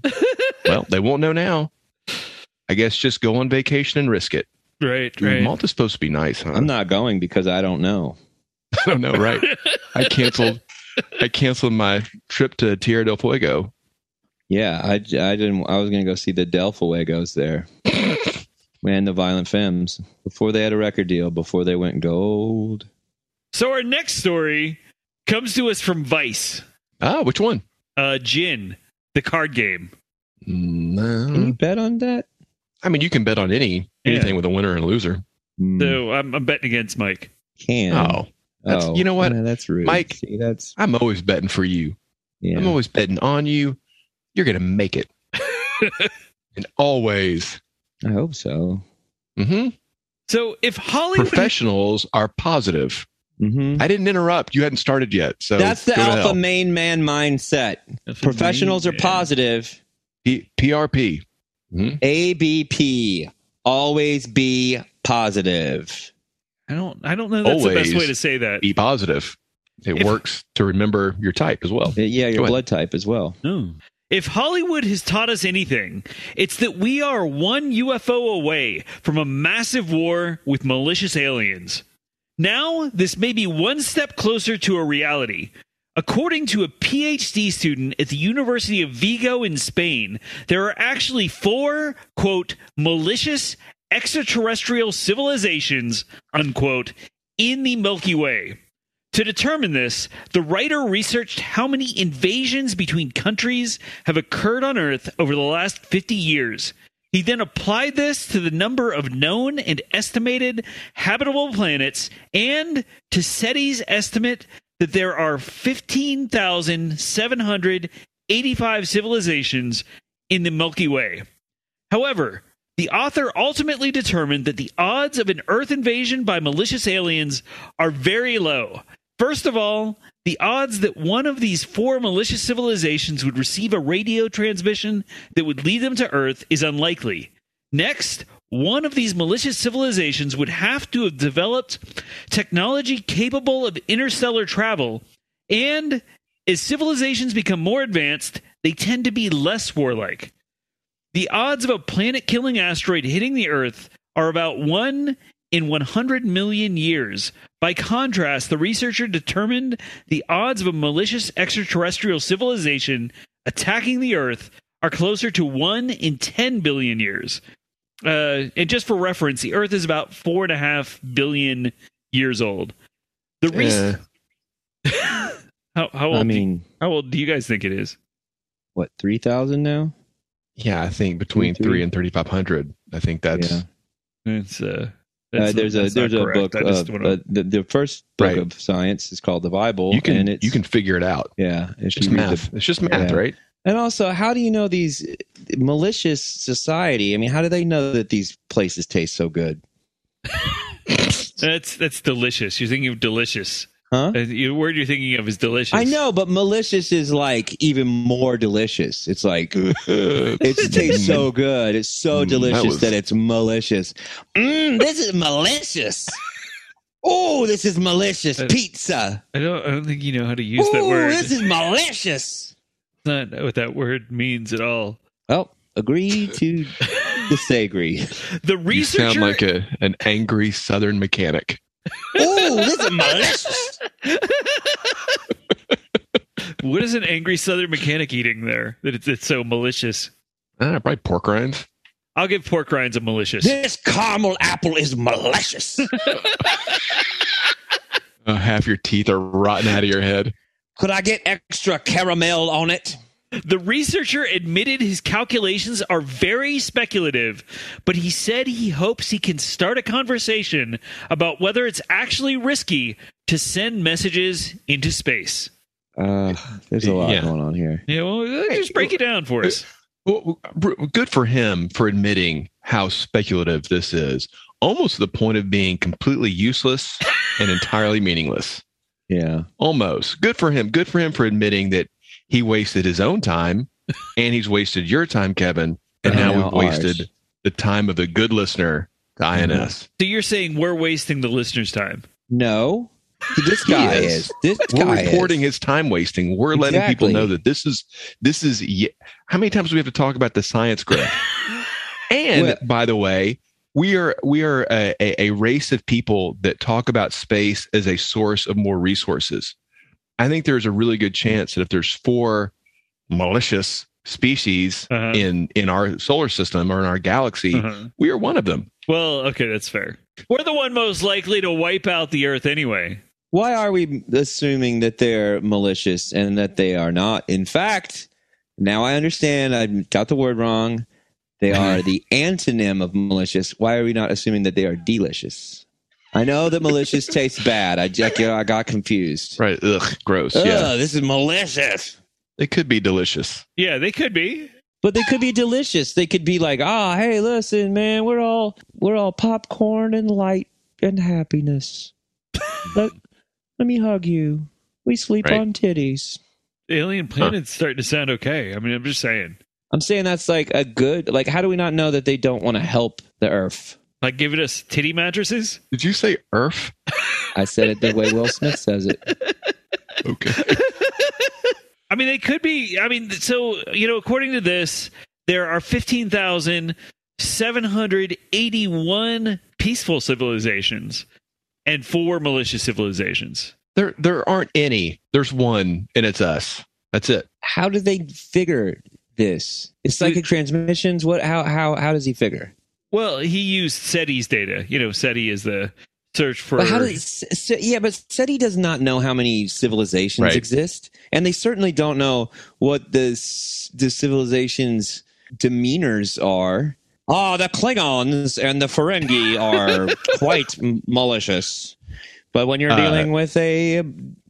Speaker 2: well, they won't know now. I guess just go on vacation and risk it. Mm,
Speaker 3: Right, right.
Speaker 2: Malta's supposed to be nice, huh?
Speaker 1: I'm not going because I don't know.
Speaker 2: I don't know, right? I canceled. I canceled my trip to Tierra del Fuego.
Speaker 1: Yeah, I, I didn't. I was going to go see the Del Fuegos there. And the Violent Femmes before they had a record deal, before they went gold.
Speaker 3: So our next story comes to us from Vice.
Speaker 2: Ah, which one?
Speaker 3: Uh Jin, the card game.
Speaker 1: Can you
Speaker 2: No.
Speaker 1: bet on that?
Speaker 2: I mean, you can bet on any anything with a winner and a loser.
Speaker 1: Mm,
Speaker 2: Hmm.
Speaker 3: So I'm, I'm betting against Mike.
Speaker 1: can
Speaker 2: Oh, That's- you know what?
Speaker 1: yeah, that's rude,
Speaker 2: Mike-
Speaker 1: See, that's
Speaker 2: I'm always betting for you.
Speaker 1: yeah.
Speaker 2: I'm always betting on you. You're gonna make it, and always.
Speaker 1: I hope so.
Speaker 2: hmm
Speaker 3: So if Hollywood
Speaker 2: Professionals are positive.
Speaker 1: hmm
Speaker 2: I didn't interrupt. You hadn't started yet, so
Speaker 1: that's the
Speaker 2: go to
Speaker 1: alpha
Speaker 2: hell.
Speaker 1: main man mindset. Professionals are positive.
Speaker 2: P- PRP.
Speaker 1: ABP. Always be positive.
Speaker 3: I don't I don't know that's the best
Speaker 2: Always.
Speaker 3: way to say that.
Speaker 2: Be positive. It
Speaker 3: If-
Speaker 2: works to remember your type as well.
Speaker 1: Uh, Yeah,
Speaker 2: Go
Speaker 1: your
Speaker 2: ahead.
Speaker 1: blood type as well.
Speaker 3: If Hollywood has taught us anything, it's that we are one UFO away from a massive war with malicious aliens. Now, this may be one step closer to a reality. According to a PhD student at the University of Vigo in Spain, there are actually four, quote, malicious extraterrestrial civilizations, unquote, in the Milky Way. To determine this, the writer researched how many invasions between countries have occurred on Earth over the last 50 years. He then applied this to the number of known and estimated habitable planets and to SETI's estimate that there are 15,785 civilizations in the Milky Way. However, the author ultimately determined that the odds of an Earth invasion by malicious aliens are very low. First of all, the odds that one of these four malicious civilizations would receive a radio transmission that would lead them to Earth is unlikely. Next, one of these malicious civilizations would have to have developed technology capable of interstellar travel, and as civilizations become more advanced, they tend to be less warlike. The odds of a planet killing asteroid hitting the Earth are about 1 in 100 million years. By contrast, the researcher determined the odds of a malicious extraterrestrial civilization attacking the Earth are closer to 1 in 10 billion years. Uh, and just for reference, the Earth is about 4.5 billion years old. The re-
Speaker 2: Eh,
Speaker 3: how, how, old
Speaker 1: I
Speaker 3: do-
Speaker 1: mean,
Speaker 3: how old do you guys think it is?
Speaker 1: what three thousand now?
Speaker 2: yeah, I think between
Speaker 1: Two,
Speaker 2: three and thirty five hundred. I think that's
Speaker 1: Yeah.
Speaker 3: It's, uh,
Speaker 1: Uh,
Speaker 3: that's-
Speaker 1: there's a
Speaker 3: that's not
Speaker 1: there's a
Speaker 3: correct.
Speaker 1: book.
Speaker 3: I just
Speaker 1: Of,
Speaker 3: wanna-
Speaker 1: uh, the, the first book
Speaker 2: Right.
Speaker 1: of science is called the Bible.
Speaker 2: you can
Speaker 1: and it's,
Speaker 2: you can figure it out.
Speaker 1: yeah. It's
Speaker 2: It's math. it's just math,
Speaker 1: yeah.
Speaker 2: right?
Speaker 1: And also, how do you know these uh, malicious society? I mean, how do they know that these places taste so good?
Speaker 3: That's that's delicious. You're thinking of delicious.
Speaker 1: Huh?
Speaker 3: Uh, The word you're thinking of is delicious.
Speaker 1: I know, but malicious is like even more delicious. It's like it tastes so good. It's
Speaker 2: Mm,
Speaker 1: so
Speaker 2: that
Speaker 1: delicious that,
Speaker 2: was-
Speaker 1: it's malicious. Mm, this is malicious. Oh, this is malicious
Speaker 3: Uh,
Speaker 1: pizza.
Speaker 3: I don't. I don't think you know how to use that
Speaker 1: Oh,
Speaker 3: word.
Speaker 1: this is malicious.
Speaker 3: That's not what that word means at all.
Speaker 1: Well, agree to disagree.
Speaker 2: You
Speaker 3: The researcher.
Speaker 2: sound like a an angry Southern mechanic.
Speaker 1: Oh, this is malicious.
Speaker 3: what is an angry Southern mechanic eating there? That it's, it's so malicious.
Speaker 2: Ah, probably pork rinds.
Speaker 3: I'll give pork rinds a malicious.
Speaker 1: This caramel apple is malicious.
Speaker 2: Uh, half your teeth are rotten out of your head.
Speaker 1: Could I get extra caramel on it?
Speaker 3: The researcher admitted his calculations are very speculative, but he said he hopes he can start a conversation about whether it's actually risky to send messages into space.
Speaker 1: Uh, there's a lot
Speaker 2: Yeah.
Speaker 1: going on here.
Speaker 3: Yeah, well, let's just break it down for us.
Speaker 2: Well, br- good for him for admitting how speculative this is, almost to the point of being completely useless and entirely meaningless.
Speaker 1: Yeah.
Speaker 2: Almost. Good for him. Good for him for admitting that he wasted his own time and he's wasted your time, Kevin. And now
Speaker 1: Now
Speaker 2: we've wasted
Speaker 1: ours.
Speaker 2: the time of the good listener to INS.
Speaker 3: So you're saying we're wasting the listeners' time?
Speaker 1: No. This guy
Speaker 2: is.
Speaker 1: is. This
Speaker 2: We're
Speaker 1: guy
Speaker 2: reporting
Speaker 1: is.
Speaker 2: his time wasting. We're letting people
Speaker 1: Exactly.
Speaker 2: know that this is this is ye- how many times do we have to talk about the science graph. and
Speaker 1: Well-
Speaker 2: by the way, we are we are a, a, a race of people that talk about space as a source of more resources. I think there's a really good chance that if there's four malicious species
Speaker 3: Uh-huh.
Speaker 2: in in our solar system or in our galaxy,
Speaker 3: Uh-huh.
Speaker 2: we are one of them.
Speaker 3: Well, okay, that's fair. We're the one most likely to wipe out the Earth anyway.
Speaker 1: Why are we assuming that they're malicious and that they are not? In fact, now I understand. I got the word wrong. They are the antonym of malicious. Why are we not assuming that they are delicious? I know that malicious tastes bad. I, just, I got confused.
Speaker 2: Right? Oh, Ugh, gross. yeah,
Speaker 1: Ugh, this is malicious.
Speaker 2: it could be delicious.
Speaker 3: Yeah, they could be.
Speaker 1: But they could be delicious. They could be like, ah, hey, listen, man, we're all we're all popcorn and light and happiness. let, let me hug you. We sleep
Speaker 2: Right.
Speaker 1: on titties.
Speaker 3: Alien planets starting to sound okay. I mean, I'm just saying.
Speaker 1: I'm saying that's like a good like how do we not know that they don't want to help the earth?
Speaker 3: Like giving us titty mattresses.
Speaker 2: Did you say Earth?
Speaker 1: I said it the way Will Smith says it.
Speaker 2: Okay.
Speaker 3: I mean, they could be. I mean, so you know, according to this, there are fifteen thousand seven hundred eighty-one peaceful civilizations and four malicious civilizations.
Speaker 2: There, there aren't any. There's one, and it's us. That's it.
Speaker 1: How do they figure this? It's psychic transmissions? What how how how does he figure?
Speaker 3: Well, he used SETI's data. You know, SETI is the search for.
Speaker 1: But how do they, s- s- yeah, but SETI does not know how many civilizations
Speaker 2: Right.
Speaker 1: exist, and they certainly don't know what the s- the civilization's demeanors are. Ah, the Klingons and the Ferengi are quite m- malicious, but when you're
Speaker 2: Uh,
Speaker 1: dealing with a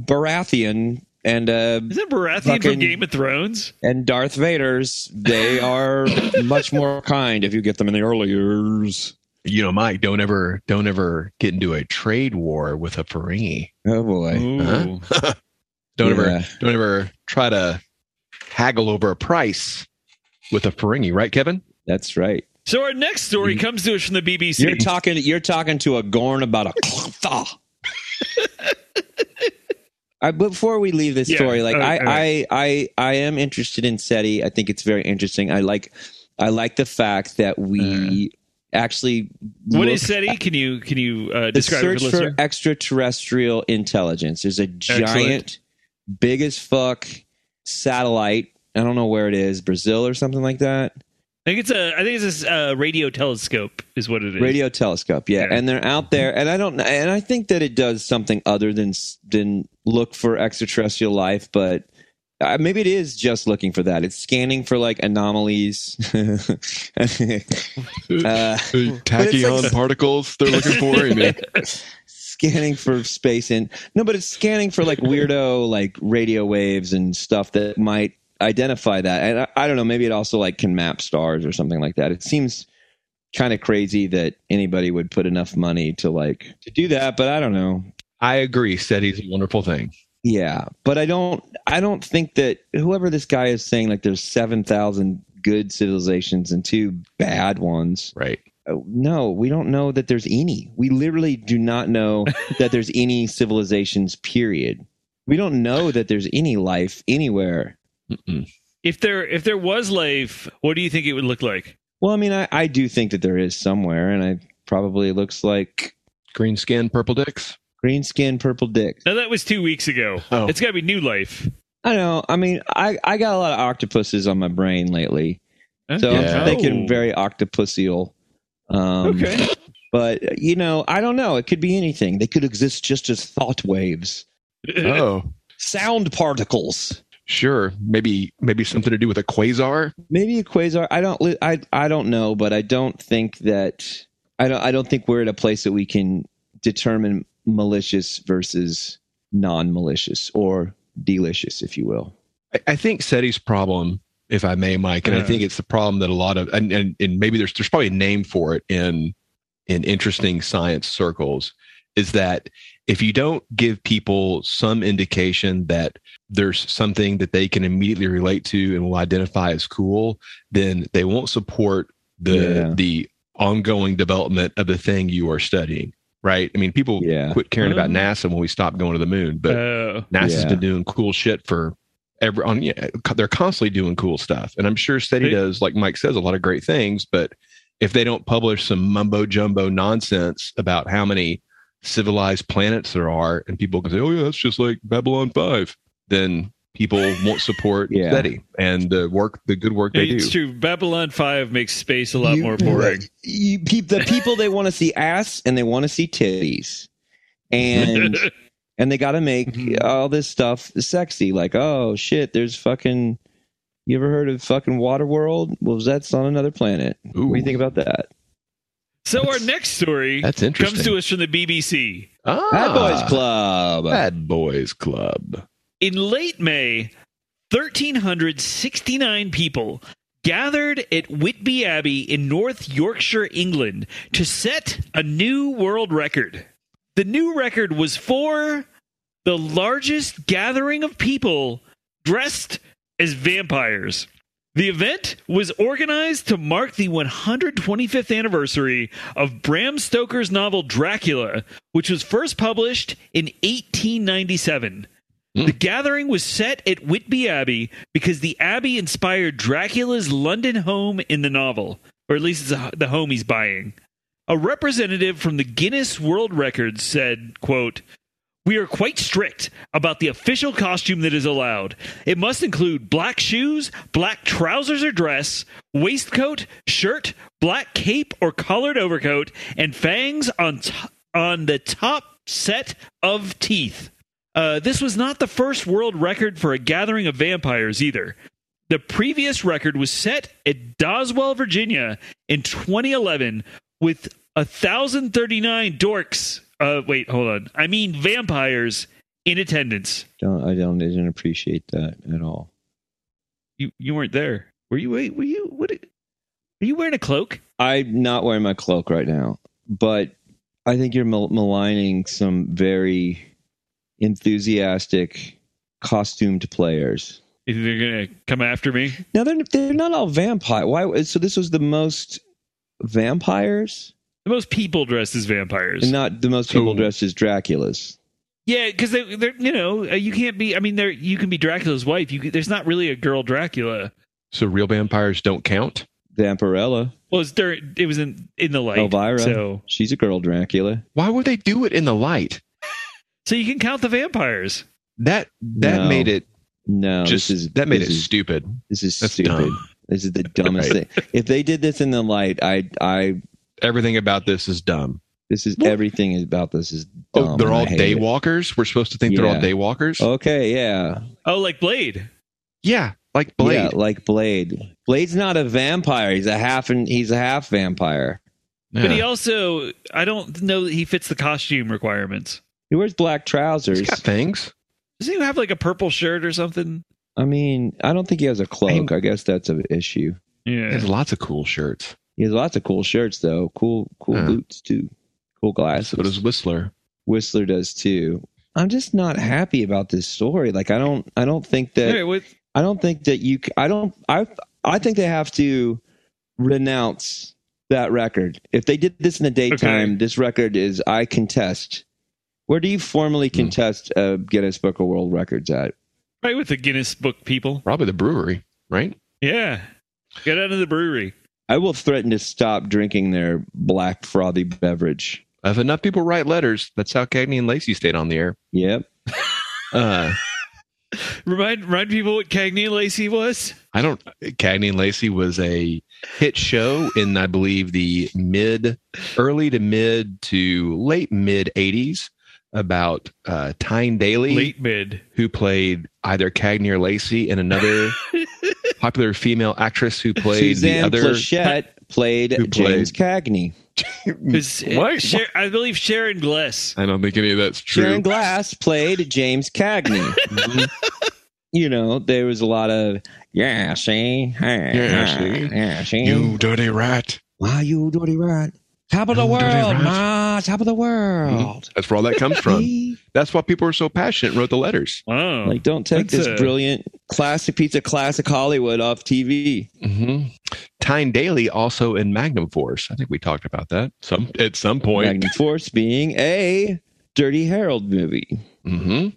Speaker 1: Baratheon and uh,
Speaker 3: Is that Baratheon from
Speaker 1: Fucking-
Speaker 3: Game of Thrones?
Speaker 1: and Darth Vader's, they are much more kind if you get them in the early years.
Speaker 2: You know, Mike, don't ever, don't ever get into a trade war with a Ferengi.
Speaker 1: Oh
Speaker 2: Mm-hmm.
Speaker 1: boy!
Speaker 3: Ooh.
Speaker 2: Don't
Speaker 1: Yeah.
Speaker 2: ever, don't ever try to haggle over a price with a Ferengi, right, Kevin?
Speaker 1: That's right.
Speaker 3: So our next story comes to us from the BBC.
Speaker 1: You're talking. You're talking to a Gorn about a clotha.
Speaker 2: Uh,
Speaker 1: I, before we leave this
Speaker 3: Yeah,
Speaker 1: story, like I,
Speaker 3: all right.
Speaker 1: I, I, I am interested in SETI. I think it's very interesting. I like, I like the fact that we actually.
Speaker 3: Mm. What
Speaker 1: look
Speaker 3: is SETI? Can you can you uh,
Speaker 1: the
Speaker 3: describe
Speaker 1: search
Speaker 3: it for the
Speaker 1: for
Speaker 3: listener?
Speaker 1: extraterrestrial intelligence. There's a giant, big as fuck satellite. I don't know where it is, Brazil or something like that.
Speaker 3: I think it's a I think it's a uh, radio telescope is what it is.
Speaker 1: radio telescope yeah.
Speaker 3: Yeah.
Speaker 1: and they're out there and i don't and i think that it does something other than s- than look for extraterrestrial life but uh, maybe it is just looking for that it's scanning for like anomalies uh,
Speaker 2: Tachyon particles they're looking for. I mean,
Speaker 1: scanning for space and no but it's scanning for like weirdo like radio waves and stuff that might identify that and I, I don't know maybe it also like can map stars or something like that it seems kind of crazy that anybody would put enough money to like to do that but i don't know
Speaker 2: I agree. SETI's a wonderful thing.
Speaker 1: yeah but i don't i don't think that whoever this guy is saying like there's 7000 good civilizations and two bad ones
Speaker 2: Right.
Speaker 1: uh, no, we don't know that there's any. We literally do not know that there's any civilizations, period. We don't know that there's any life anywhere.
Speaker 2: Mm-mm.
Speaker 3: If there if there was life, what do you think it would look like?
Speaker 1: Well, I mean, I, I do think that there is somewhere, and I probably looks like
Speaker 2: Green skin, purple dicks.
Speaker 1: green skin, purple dick.
Speaker 3: Now that was two weeks ago.
Speaker 2: Oh.
Speaker 3: It's got to be new life.
Speaker 1: I don't know. I mean, I, I got a lot of octopuses on my brain lately. So
Speaker 2: Yeah.
Speaker 1: I'm thinking very octopusial. Um,
Speaker 3: Oh, okay.
Speaker 1: But, you know, I don't know. It could be anything. They could exist just as thought waves,
Speaker 3: Uh,
Speaker 2: Oh,
Speaker 1: sound particles.
Speaker 2: sure. Maybe maybe something to do with a quasar.
Speaker 1: maybe a quasar i don't li- i i don't know but i don't think that i don't i don't think we're at a place that we can determine malicious versus non-malicious or delicious if you will
Speaker 2: I, I think SETI's problem, if I may, Mike, and I
Speaker 3: Yeah.
Speaker 2: think it's the problem that a lot of and, and and maybe there's there's probably a name for it in in interesting science circles, is that if you don't give people some indication that there's something that they can immediately relate to and will identify as cool, then they won't support the
Speaker 1: Yeah.
Speaker 2: the ongoing development of the thing you are studying. Right? I mean, people
Speaker 1: yeah uh,
Speaker 2: quit caring about
Speaker 3: Oh.
Speaker 2: NASA when we stopped going to the moon, but
Speaker 3: Oh.
Speaker 2: NASA's
Speaker 1: Yeah.
Speaker 2: been doing cool shit for every on yeah, co- they're constantly doing cool stuff. And I'm sure SETI
Speaker 3: They-
Speaker 2: does, like Mike says, a lot of great things, but if they don't publish some mumbo jumbo nonsense about how many civilized planets there are and people can say, Oh yeah, that's just like Babylon five, then people won't support
Speaker 1: Yeah.
Speaker 2: SETI and the work the good work they
Speaker 3: it's
Speaker 2: do.
Speaker 3: true. Babylon Five makes space a lot
Speaker 1: You-
Speaker 3: more boring.
Speaker 1: you, peop the people they want to see ass and they want to see titties and and they got to make
Speaker 2: Mhm.
Speaker 1: all this stuff sexy like oh shit there's fucking you ever heard of fucking Waterworld? Well, that's on another planet. What do
Speaker 2: Ooh.
Speaker 1: you think about that?
Speaker 3: so our next story
Speaker 2: That's interesting.
Speaker 3: comes to us from the BBC.
Speaker 2: ah,
Speaker 1: Bad Boys Club.
Speaker 2: Bad Boys Club.
Speaker 3: In late May, 1,369 people gathered at Whitby Abbey in North Yorkshire, England, to set a new world record. The new record was for the largest gathering of people dressed as vampires. The event was organized to mark the 125th anniversary of Bram Stoker's novel Dracula, which was first published in 1897. The gathering was set at Whitby Abbey because the Abbey inspired Dracula's London home in the novel, or at least it's the home he's buying. A representative from the Guinness World Records said, quote, we are quite strict about the official costume that is allowed. It must include black shoes, black trousers or dress, waistcoat, shirt, black cape or collared overcoat, and fangs on t- on the top set of teeth. Uh, this was not the first world record for a gathering of vampires either. The previous record was set at Doswell, Virginia in 2011 with 1,039 dorks. Uh, wait, hold on. I mean, vampires in attendance.
Speaker 1: Don't I don't I didn't appreciate that at all.
Speaker 3: You you weren't there. Were you? Wait, were you? What? Are you wearing a cloak?
Speaker 1: I'm not wearing my cloak right now, but I think you're mal- maligning some very enthusiastic costumed players.
Speaker 3: They're gonna come after me.
Speaker 1: Now they're they're not all vampire. Why? So this was the most vampires
Speaker 3: The most people dressed as vampires.
Speaker 1: and not the most people
Speaker 5: Ooh.
Speaker 1: dressed as Draculas.
Speaker 3: Yeah, because they, they're you know uh, you can't be. I mean, there you can be Dracula's wife. You can- there's not really a girl Dracula.
Speaker 2: So real vampires don't count.
Speaker 1: Vampirella,
Speaker 3: Well, it's during it was in in the light.
Speaker 1: Elvira.
Speaker 3: So
Speaker 1: she's a girl Dracula.
Speaker 2: Why would they do it in the light?
Speaker 3: so you can count the vampires.
Speaker 2: That that
Speaker 1: No.
Speaker 2: made it
Speaker 1: No,
Speaker 2: just
Speaker 1: this is
Speaker 2: that made
Speaker 1: this
Speaker 2: it
Speaker 1: is-
Speaker 2: stupid.
Speaker 1: This is
Speaker 2: That's
Speaker 1: stupid.
Speaker 2: dumb.
Speaker 1: This is the dumbest thing. If they did this in the light, I, I,
Speaker 2: Everything about this is dumb.
Speaker 1: this is
Speaker 3: Well-
Speaker 1: everything is about this is dumb.
Speaker 2: Oh, they're
Speaker 1: and I
Speaker 2: all
Speaker 1: hate it.
Speaker 2: daywalkers. We're supposed to think they're all
Speaker 1: Yeah.
Speaker 2: daywalkers.
Speaker 1: Okay, yeah,
Speaker 3: Oh, like Blade.
Speaker 2: Yeah, like Blade.
Speaker 1: yeah, like Blade. Blade's not a vampire. He's a half, and he's a half vampire.
Speaker 3: But he
Speaker 2: Yeah.
Speaker 3: also I don't know that he fits the costume requirements.
Speaker 1: He wears black
Speaker 2: He's
Speaker 1: trousers.
Speaker 2: got things.
Speaker 3: Doesn't he have like a purple shirt or something?
Speaker 1: I mean, I don't think he has a cloak. I, guess that's an issue.
Speaker 2: He
Speaker 3: Yeah.
Speaker 2: has lots of cool shirts.
Speaker 1: He has lots of cool shirts though. Cool, cool
Speaker 2: Yeah.
Speaker 1: boots too. Cool glasses.
Speaker 2: So does Whistler.
Speaker 1: Whistler does too. I'm just not happy about this story. Like I don't, I don't think that.
Speaker 3: All right, what-
Speaker 1: I don't think that you. c- I don't. I. I think they have to renounce that record. If they did this in the daytime, this record is I contest. Where do you formally
Speaker 2: Hmm.
Speaker 1: contest uh, Guinness Book of World Records at?
Speaker 3: right with the Guinness Book people.
Speaker 2: Probably the brewery, right?
Speaker 3: Yeah. Get out of the brewery.
Speaker 1: I will threaten to stop drinking their black frothy beverage.
Speaker 2: If enough people write letters, that's how Cagney and Lacey stayed on the air.
Speaker 1: Yep.
Speaker 2: Uh,
Speaker 3: Remind remind people what Cagney Lacey was.
Speaker 2: I don't. Cagney and Lacey was a hit show in, I believe, the mid, early to mid to late mid '80s about uh, Tyne Daly,
Speaker 3: Late mid.
Speaker 2: who played either Cagney or Lacey, and another popular female actress who played
Speaker 1: Suzanne
Speaker 2: the other.
Speaker 1: Plachette played
Speaker 2: Who
Speaker 1: James Cagney.
Speaker 3: Is-
Speaker 2: Mm. What?
Speaker 3: Sher- uh, I believe Sharon Gless.
Speaker 2: I don't think any of that's true.
Speaker 1: Sharon Glass played James Cagney.
Speaker 2: Mhm.
Speaker 1: you know, there was a lot of yeah, she, hey,
Speaker 2: Yeah,
Speaker 1: ah,
Speaker 2: she.
Speaker 1: yeah, she.
Speaker 2: dirty rat.
Speaker 1: Why you dirty rat? Top of the
Speaker 2: You
Speaker 1: world,
Speaker 2: dirty rat.
Speaker 1: ma, top of the world.
Speaker 2: That's where all that comes from.
Speaker 1: Hey.
Speaker 2: That's why people are so passionate and wrote the letters.
Speaker 3: Oh.
Speaker 1: Like, don't take
Speaker 3: That's
Speaker 1: this
Speaker 3: a-
Speaker 1: brilliant classic piece of classic Hollywood off TV.
Speaker 2: Mm-hmm. Tyne Daly also in Magnum Force. I think we talked about that some at some point.
Speaker 1: Magnum Force being a Dirty Harold movie.
Speaker 2: hmm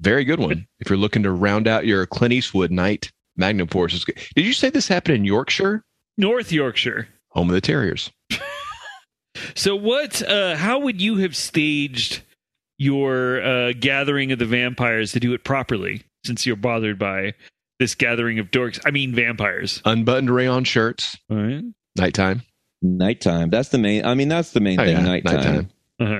Speaker 2: Very good one. If you're looking to round out your Clint Eastwood night, Magnum Force is good. Did you say this happened in Yorkshire?
Speaker 3: North Yorkshire.
Speaker 2: Home of the Terriers.
Speaker 3: So what uh how would you have staged your uh gathering of the vampires to do it properly since you're bothered by this gathering of dorks I mean vampires.
Speaker 2: Unbuttoned rayon shirts.
Speaker 3: All right.
Speaker 2: Nighttime.
Speaker 1: Nighttime. That's the main. I mean, that's the main
Speaker 2: Oh,
Speaker 1: thing.
Speaker 2: yeah,
Speaker 1: Nighttime.
Speaker 2: nighttime.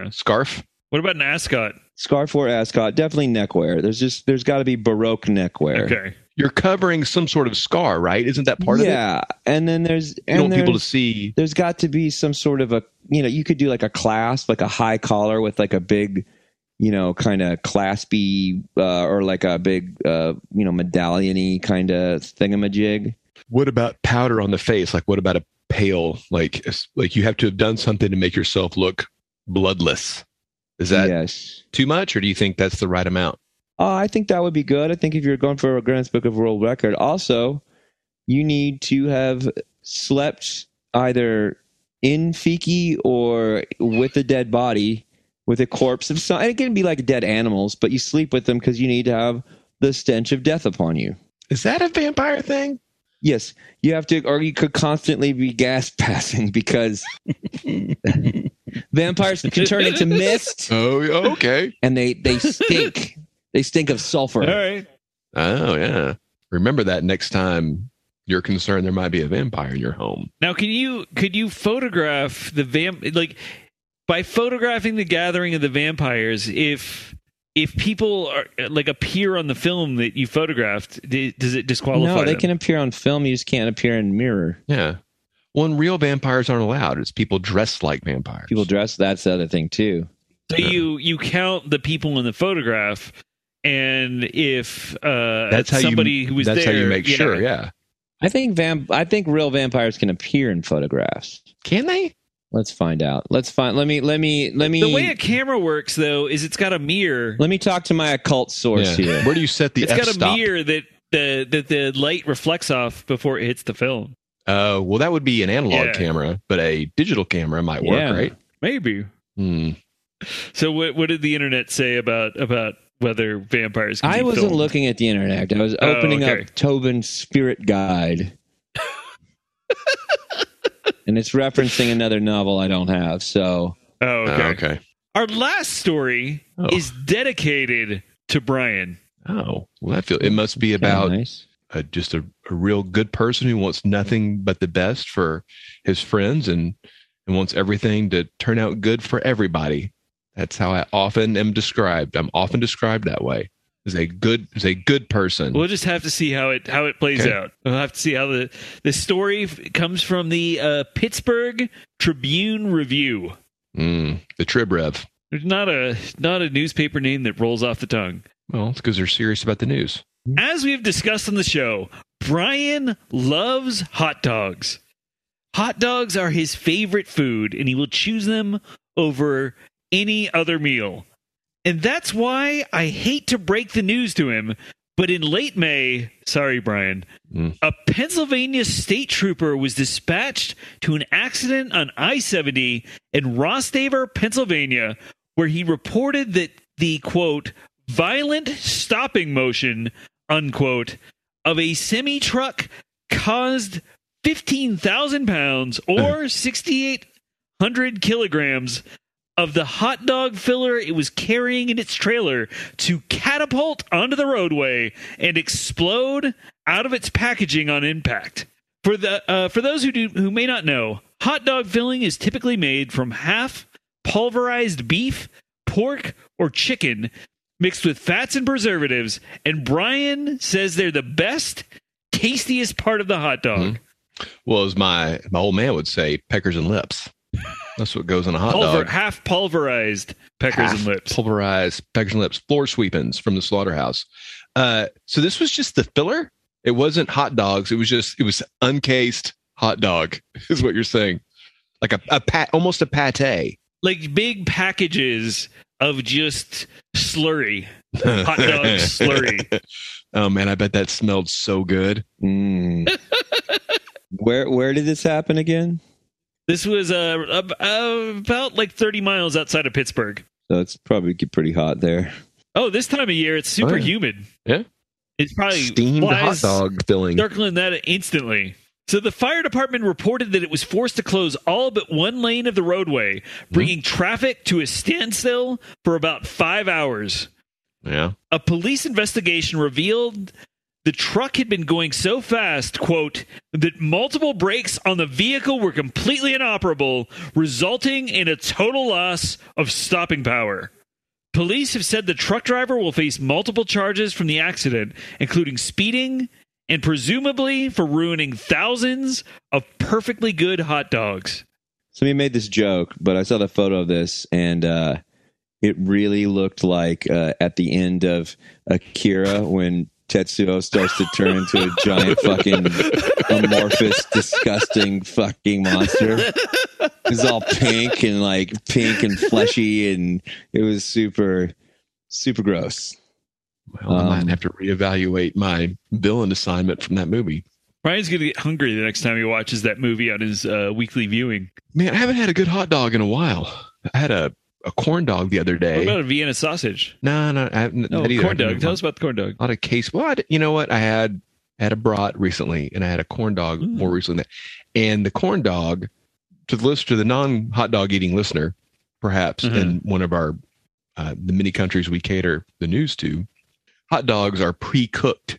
Speaker 3: Uh-huh.
Speaker 2: Scarf.
Speaker 3: What about an ascot?
Speaker 1: Scarf or ascot. Definitely neckwear. There's just there's got to be baroque neckwear.
Speaker 3: Okay.
Speaker 2: You're covering some sort of scar, right? Isn't that part of it?
Speaker 1: yeah, and then there's
Speaker 2: You
Speaker 1: and
Speaker 2: don't want people to
Speaker 1: there's-
Speaker 2: see.
Speaker 1: there's got to be some sort of a you know you could do like a clasp like a high collar with like a big you know kind of claspy uh, or like a big uh, you know medalliony kind of thingamajig
Speaker 2: What about powder on the face? Like, what about a pale? Like, it's- like you have to have done something to make yourself look bloodless. Is that
Speaker 1: yes
Speaker 2: too much, or do you think that's the right amount?
Speaker 1: uh, i think that would be good i think if you're going for a guinness book of world record also you need to have slept either in fiki or with a dead body with a corpse of some and it can be like dead animals but you sleep with them because you need to have the stench of death upon you
Speaker 2: Is that a vampire thing?
Speaker 1: Yes, you have to, or you could constantly be gas passing because vampires can turn into mist
Speaker 2: Oh, okay.
Speaker 1: and they they stink. They stink of sulfur.
Speaker 3: All right.
Speaker 2: oh, yeah. Remember that next time you're concerned there might be a vampire in your home.
Speaker 3: Now, can you could you photograph the vamp like by photographing the gathering of the vampires? If if people are like appear on the film that you photographed, d- does it disqualify?
Speaker 1: No, they
Speaker 3: them?
Speaker 1: can appear on film. You just can't appear in mirror.
Speaker 2: Yeah. Well, and real vampires aren't allowed. It's people dressed like vampires.
Speaker 1: People dress. That's the other thing too.
Speaker 3: So you you count the people in the photograph, and if uh,
Speaker 2: That's how you-
Speaker 3: somebody who was
Speaker 2: That's
Speaker 3: there,
Speaker 2: how you make
Speaker 3: yeah.
Speaker 2: sure. Yeah.
Speaker 1: I think vamp. I think real vampires can appear in photographs.
Speaker 2: Can they?
Speaker 1: Let's find out. Let's find. Let me. Let me. Let me.
Speaker 3: The way a camera works, though, is it's got a mirror.
Speaker 1: let me talk to my occult source
Speaker 2: Yeah.
Speaker 1: here.
Speaker 2: Where do you set the
Speaker 3: It's got a
Speaker 2: f-stop?
Speaker 3: mirror that the that the light reflects off before it hits the film.
Speaker 2: Uh, well, that would be an analog
Speaker 3: Yeah.
Speaker 2: camera, but a digital camera might work,
Speaker 1: Yeah.
Speaker 2: right?
Speaker 3: Maybe.
Speaker 2: Hmm.
Speaker 3: So what what did the internet say about about whether vampires? Can
Speaker 1: I
Speaker 3: be
Speaker 1: wasn't
Speaker 3: filmed?
Speaker 1: looking at the internet. I was
Speaker 3: Oh,
Speaker 1: opening
Speaker 3: okay.
Speaker 1: up Tobin's Spirit Guide. and it's referencing another novel I don't have. So
Speaker 3: Oh,
Speaker 2: Oh,
Speaker 3: okay.
Speaker 2: okay.
Speaker 3: Our last story
Speaker 2: Oh.
Speaker 3: is dedicated to Brian.
Speaker 2: Oh, well, I feel it must be about
Speaker 1: Oh, nice.
Speaker 2: uh, just a, a real good person who wants nothing but the best for his friends and and wants everything to turn out good for everybody. That's how I often am described. I'm often described that way. As a good as a good person.
Speaker 3: We'll just have to see how it how it plays
Speaker 2: Okay.
Speaker 3: out. We'll have to see how the the story f- comes from the uh, Pittsburgh Tribune Review.
Speaker 2: Mm, the Trib Rev.
Speaker 3: There's not a not a newspaper name that rolls off the tongue.
Speaker 2: Well, it's because they're serious about the news.
Speaker 3: As we've discussed on the show, Brian loves hot dogs. Hot dogs are his favorite food, and he will choose them over any other meal. And that's why I hate to break the news to him, but in late May, sorry, Brian,
Speaker 2: Mm.
Speaker 3: a Pennsylvania state trooper was dispatched to an accident on I 70 in Rostaver, Pennsylvania, where he reported that the quote, violent stopping motion, unquote, of a semi truck caused 15,000 pounds or 6,800 kilograms of the hot dog filler it was carrying in its trailer to catapult onto the roadway and explode out of its packaging on impact. For the uh, for those who do who may not know, hot dog filling is typically made from half pulverized beef, pork, or chicken mixed with fats and preservatives, and Brian says they're the best, tastiest part of the hot dog.
Speaker 2: Hmm. Well, as my my old man would say, peckers and lips. That's what goes on a hot
Speaker 3: Pulver,
Speaker 2: dog.
Speaker 3: half pulverized peckers
Speaker 2: Half
Speaker 3: and lips.
Speaker 2: Pulverized peckers and lips, floor sweepings from the slaughterhouse. Uh, so this was just the filler. It wasn't hot dogs. It was just it was uncased hot dog. Is what you're saying? Like a, a pat, almost a pate.
Speaker 3: like big packages of just slurry, hot dog slurry.
Speaker 2: Oh man, I bet that smelled so good.
Speaker 1: Mm. where where did this happen again?
Speaker 3: This was uh, ab- uh, about like 30 miles outside of Pittsburgh.
Speaker 1: So it's probably get pretty hot there.
Speaker 3: Oh, this time of year it's super
Speaker 2: Oh, yeah.
Speaker 3: humid.
Speaker 2: Yeah.
Speaker 3: It's probably
Speaker 2: Steamed hot
Speaker 3: flies-
Speaker 2: dog filling.
Speaker 3: Circling that instantly. So the fire department reported that it was forced to close all but one lane of the roadway, bringing traffic to a standstill for about five hours.
Speaker 2: Yeah.
Speaker 3: A police investigation revealed the truck had been going so fast, quote, that multiple brakes on the vehicle were completely inoperable, resulting in a total loss of stopping power. Police have said the truck driver will face multiple charges from the accident, including speeding and presumably for ruining thousands of perfectly good hot dogs.
Speaker 1: Somebody made this joke, but I saw the photo of this and uh it really looked like uh, at the end of Akira when Tetsuo starts to turn into a giant fucking amorphous, disgusting fucking monster. It's all pink and like pink and fleshy, and it was super, super gross.
Speaker 2: Well, I
Speaker 1: Um,
Speaker 2: might have to reevaluate my villain assignment from that movie.
Speaker 3: Brian's going to get hungry the next time he watches that movie on his uh, weekly viewing.
Speaker 2: Man, I haven't had a good hot dog in a while. I had a, a corn dog the other
Speaker 3: What
Speaker 2: day.
Speaker 3: about a Vienna sausage?
Speaker 2: no, no, I haven't.
Speaker 3: No,
Speaker 2: that either.
Speaker 3: corn
Speaker 2: I
Speaker 3: dog.
Speaker 2: haven't
Speaker 3: Tell
Speaker 2: had
Speaker 3: us about the corn dog.
Speaker 2: a lot of case. Well, I d you know what? I had had a brat recently, and I had a corn dog
Speaker 3: Ooh.
Speaker 2: more recently. And the corn dog, to the list to the non hot dog eating listener, perhaps
Speaker 3: Mhm.
Speaker 2: in one of our uh, the many countries we cater the news to, hot dogs are pre cooked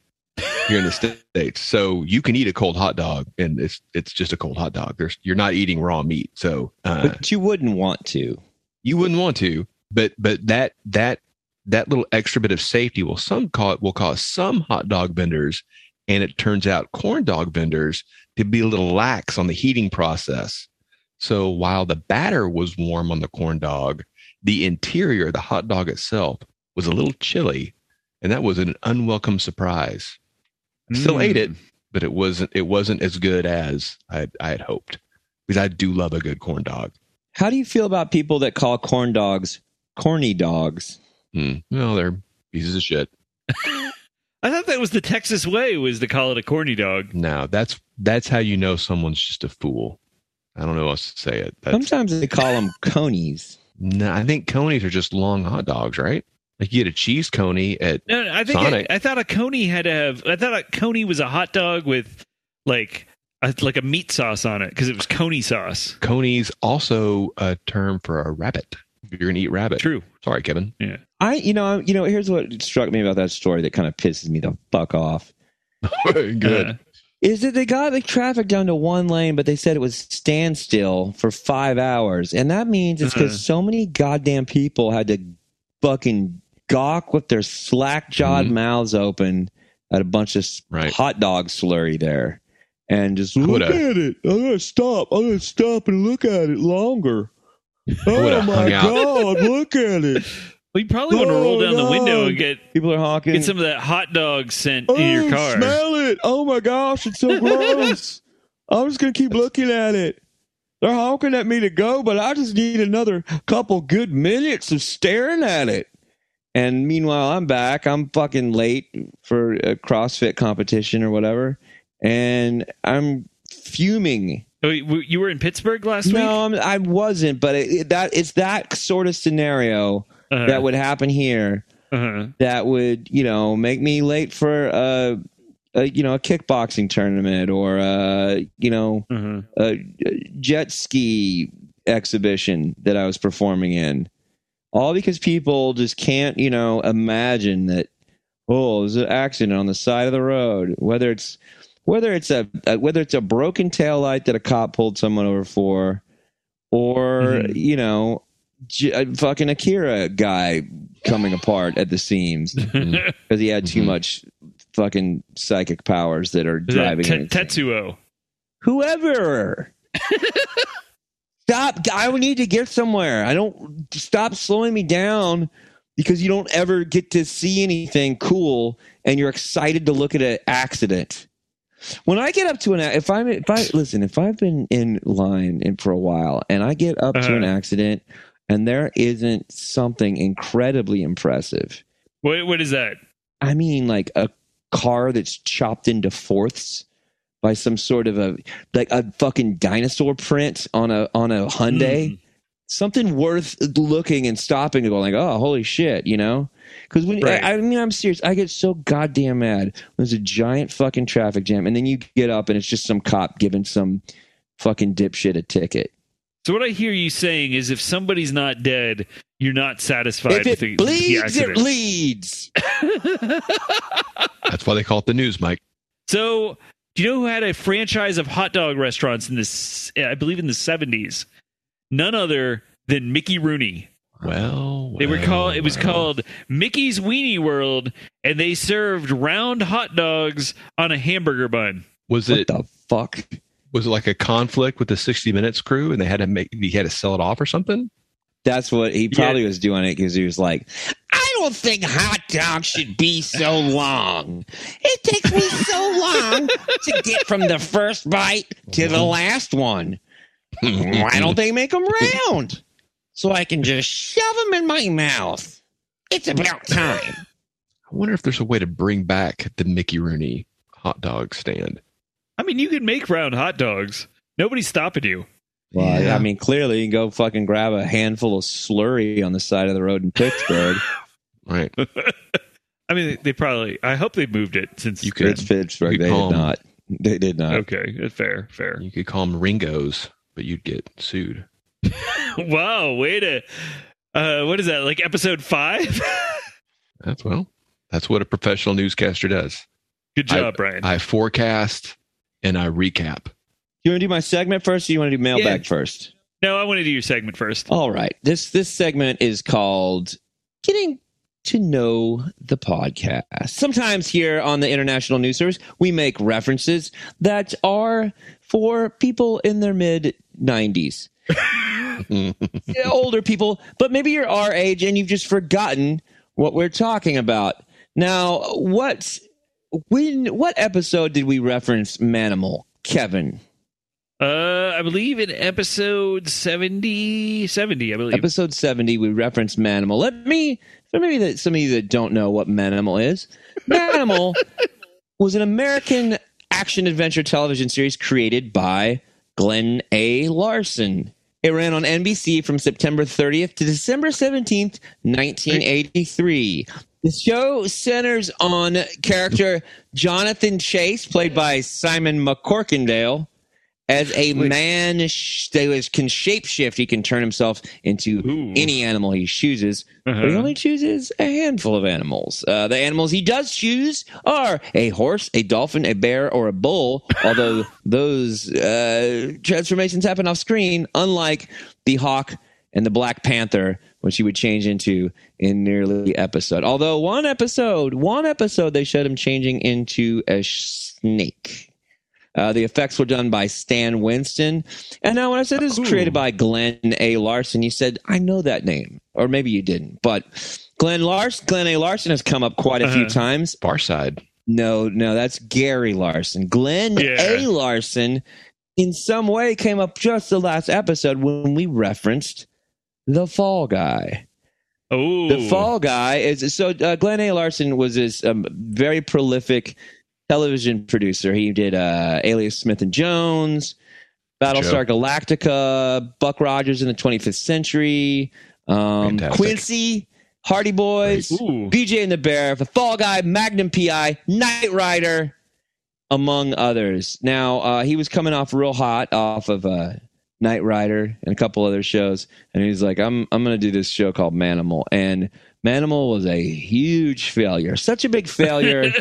Speaker 2: here in the states. So you can eat a cold hot dog, and it's it's just a cold hot dog. There's you're not eating raw meat. So uh,
Speaker 1: But you wouldn't want to.
Speaker 2: you wouldn't want to but but that that that little extra bit of safety will some cause will cause some hot dog vendors and it turns out corn dog vendors to be a little lax on the heating process so while the batter was warm on the corn dog the interior the hot dog itself was a little chilly and that was an unwelcome surprise I still
Speaker 3: Mm.
Speaker 2: ate it but it wasn't it wasn't as good as i, I had hoped because i do love a good corn dog
Speaker 1: How do you feel about people that call corn dogs corny dogs?
Speaker 2: Hmm. mm. well they're pieces of shit
Speaker 3: I thought that was the Texas way was to call it a corny dog.
Speaker 2: No, that's that's how you know someone's just a fool. I don't know how else to say it. That's,
Speaker 1: Sometimes they call them conies.
Speaker 2: no, I think conies are just long hot dogs, right? Like you get a cheese coney at
Speaker 3: No, no I think I,
Speaker 2: Sonic.
Speaker 3: I thought a coney had to have. I thought a coney was a hot dog with like a, like a meat sauce on it because it was coney sauce.
Speaker 2: Coney's also a term for a rabbit. You're gonna eat rabbit.
Speaker 3: True.
Speaker 2: Sorry, Kevin.
Speaker 1: I, you know, you know. Here's what struck me about that story that kind of pisses me the fuck off
Speaker 2: Good.
Speaker 3: Uh,
Speaker 1: is that they got the traffic down to one lane, but they said it was standstill for five hours, and that means it's because
Speaker 2: Mm.
Speaker 3: Uh-huh.
Speaker 1: so many goddamn people had to fucking gawk with their slack jawed
Speaker 2: Mhm.
Speaker 1: mouths open at a bunch of s-
Speaker 2: Right.
Speaker 1: hot dog slurry there, and just
Speaker 2: Coulda.
Speaker 1: look at it. I'm gonna stop. I'm gonna stop and look at it longer.
Speaker 2: Coulda
Speaker 1: Oh my
Speaker 2: hung out.
Speaker 1: god! Look at it.
Speaker 3: we probably want to
Speaker 1: Oh,
Speaker 3: roll down the window
Speaker 1: no.
Speaker 3: and get
Speaker 1: People are honking.
Speaker 3: get some of that hot dog scent in your car.
Speaker 1: Oh, Smell it! Oh my gosh, it's so gross. I'm just gonna keep looking at it. They're honking at me to go, but I just need another couple good minutes of staring at it. And meanwhile, I'm back. I'm fucking late for a CrossFit competition or whatever, and I'm fuming.
Speaker 3: Oh, you you were in Pittsburgh last week.
Speaker 1: No, I'm, I wasn't, but it, it, that it's that sort of scenario
Speaker 3: Uh-huh.
Speaker 1: that would happen here
Speaker 3: uh-huh.
Speaker 1: that would you know make me late for a, a you know a kickboxing tournament or a you know
Speaker 3: Uh-huh.
Speaker 1: a jet ski exhibition that I was performing in, all because people just can't you know imagine that oh there's an accident on the side of the road whether it's whether it's a, a whether it's a broken taillight that a cop pulled someone over for or
Speaker 3: Mhm.
Speaker 1: you know j- a fucking akira guy coming apart at the seams
Speaker 3: Uh-huh.
Speaker 1: because he had
Speaker 3: Mm-hmm.
Speaker 1: too
Speaker 2: Mhm.
Speaker 1: much fucking psychic powers that are
Speaker 3: Is that
Speaker 1: driving
Speaker 3: Te-
Speaker 1: it insane.
Speaker 3: Tetsuo.
Speaker 1: whoever stop i would need to get somewhere i don't stop slowing me down because you don't ever get to see anything cool and you're excited to look at an accident when i get up to an a- if i'm if i listen if i've been in line in for a while and i get up to
Speaker 3: Uh-huh.
Speaker 1: an accident and there isn't something incredibly impressive
Speaker 3: What what is that?
Speaker 1: I mean, like a car that's chopped into fourths by some sort of a like a fucking dinosaur print on a on a Hyundai.
Speaker 3: Mm.
Speaker 1: Something worth looking and stopping to go like, oh, holy shit, you know? Because when
Speaker 3: Right.
Speaker 1: I, I mean, I'm serious. I get so goddamn mad when there's a giant fucking traffic jam, and then you get up and it's just some cop giving some fucking dipshit a ticket.
Speaker 3: So what I hear you saying is, if somebody's not dead, you're not satisfied
Speaker 1: if
Speaker 3: with
Speaker 1: it
Speaker 3: the, the
Speaker 1: bleeds, it
Speaker 3: accident.
Speaker 1: leads.
Speaker 2: That's why they call it the news, Mike.
Speaker 3: so do you know who had a franchise of hot dog restaurants in this? I believe in the '70s. None other than Mickey Rooney.
Speaker 2: Well,
Speaker 3: They were
Speaker 2: well,
Speaker 3: called. It was
Speaker 2: well.
Speaker 3: called Mickey's Weenie World, and they served round hot dogs on a hamburger bun.
Speaker 2: Was
Speaker 1: What
Speaker 2: it
Speaker 1: the fuck?
Speaker 2: was it like a conflict with the 60 Minutes crew, and they had to make he had to sell it off or something?
Speaker 1: That's what he probably was doing it because he was like, I don't think hot dogs should be so long. It takes me so long to get from the first bite to the last one. Why don't they make them round? So I can just shove them in my mouth. It's about time.
Speaker 2: I wonder if there's a way to bring back the Mickey Rooney hot dog stand.
Speaker 3: I mean, you can make round hot dogs. Nobody's stopping you.
Speaker 1: Well, I-
Speaker 2: Yeah.
Speaker 1: I mean, clearly you can go fucking grab a handful of slurry on the side of the road in Pittsburgh.
Speaker 2: Right.
Speaker 3: I mean, they probably. I hope they moved it since
Speaker 2: You could-
Speaker 1: it's Pittsburgh.
Speaker 2: You
Speaker 1: They did
Speaker 2: calm.
Speaker 1: not. They did not.
Speaker 3: Okay, fair, fair.
Speaker 2: You could call them Ringos, but you'd get sued.
Speaker 3: wow, way to. Uh, what is that? Like episode five?
Speaker 2: That's well. That's what a professional newscaster does.
Speaker 3: Good
Speaker 2: I-
Speaker 3: job, Brian.
Speaker 2: I forecast and I recap.
Speaker 1: You want to do my segment first or you want to do mailbag first?
Speaker 3: no, I want to do your segment first.
Speaker 1: All right. This this segment is called Getting to Know the Podcast. Sometimes here on the International News Service, we make references that are for people in their mid 90s. Yeah, older people, but maybe you're our age and you've just forgotten what we're talking about. Now, what when what episode did we reference Manimal, Kevin?
Speaker 3: Uh, I I believe in episode 70, 70 I believe.
Speaker 1: Episode 70, we referenced Manimal. Let me, for maybe that some of you that don't know what Manimal is, Manimal was an American action adventure television series created by Glenn A. Larson. It ran on NBC from September 30th to December 17th, 1983. The show centers on character Jonathan Chase, played by Simon McCorkindale, as a man sh- that is- can shapeshift. He can turn himself into
Speaker 3: Ooh.
Speaker 1: any animal he chooses, but he
Speaker 3: Uh-huh.
Speaker 1: only chooses a handful of animals. Uh, the animals he does choose are a horse, a dolphin, a bear, or a bull, although those uh, transformations happen off screen, unlike the hawk and the black panther, which he would change into in nearly episode. Although one episode, one episode, they showed him changing into a sh- snake. Uh, the effects were done by Stan Winston. And now, when I said this
Speaker 3: Ah,
Speaker 1: was created by Glenn A. Larson, you said, I know that name. Or maybe you didn't. But Glenn Larson, Glenn A. Larson has come up quite a few
Speaker 3: Uh-huh.
Speaker 1: times.
Speaker 2: Far side.
Speaker 1: No, no, that's Gary Larson. Glenn
Speaker 3: Yeah.
Speaker 1: A. Larson, in some way, came up just the last episode when we referenced the Fall Guy.
Speaker 3: Oh.
Speaker 1: The Fall Guy is so uh, Glenn A. Larson was this um, very prolific television producer. He did uh, Alias Smith and Jones, Battlestar Galactica, Buck Rogers in the 25th Century, um,
Speaker 2: Fantastic.
Speaker 1: Quincy, Hardy Boys,
Speaker 3: Ooh.
Speaker 1: BJ and the Bear, The Fall Guy, Magnum PI, Knight Rider, among others. Now uh, he was coming off real hot off of uh, Knight Rider and a couple other shows, and he's like, "I'm I'm gonna do this show called Manimal," and Manimal was a huge failure, such a big failure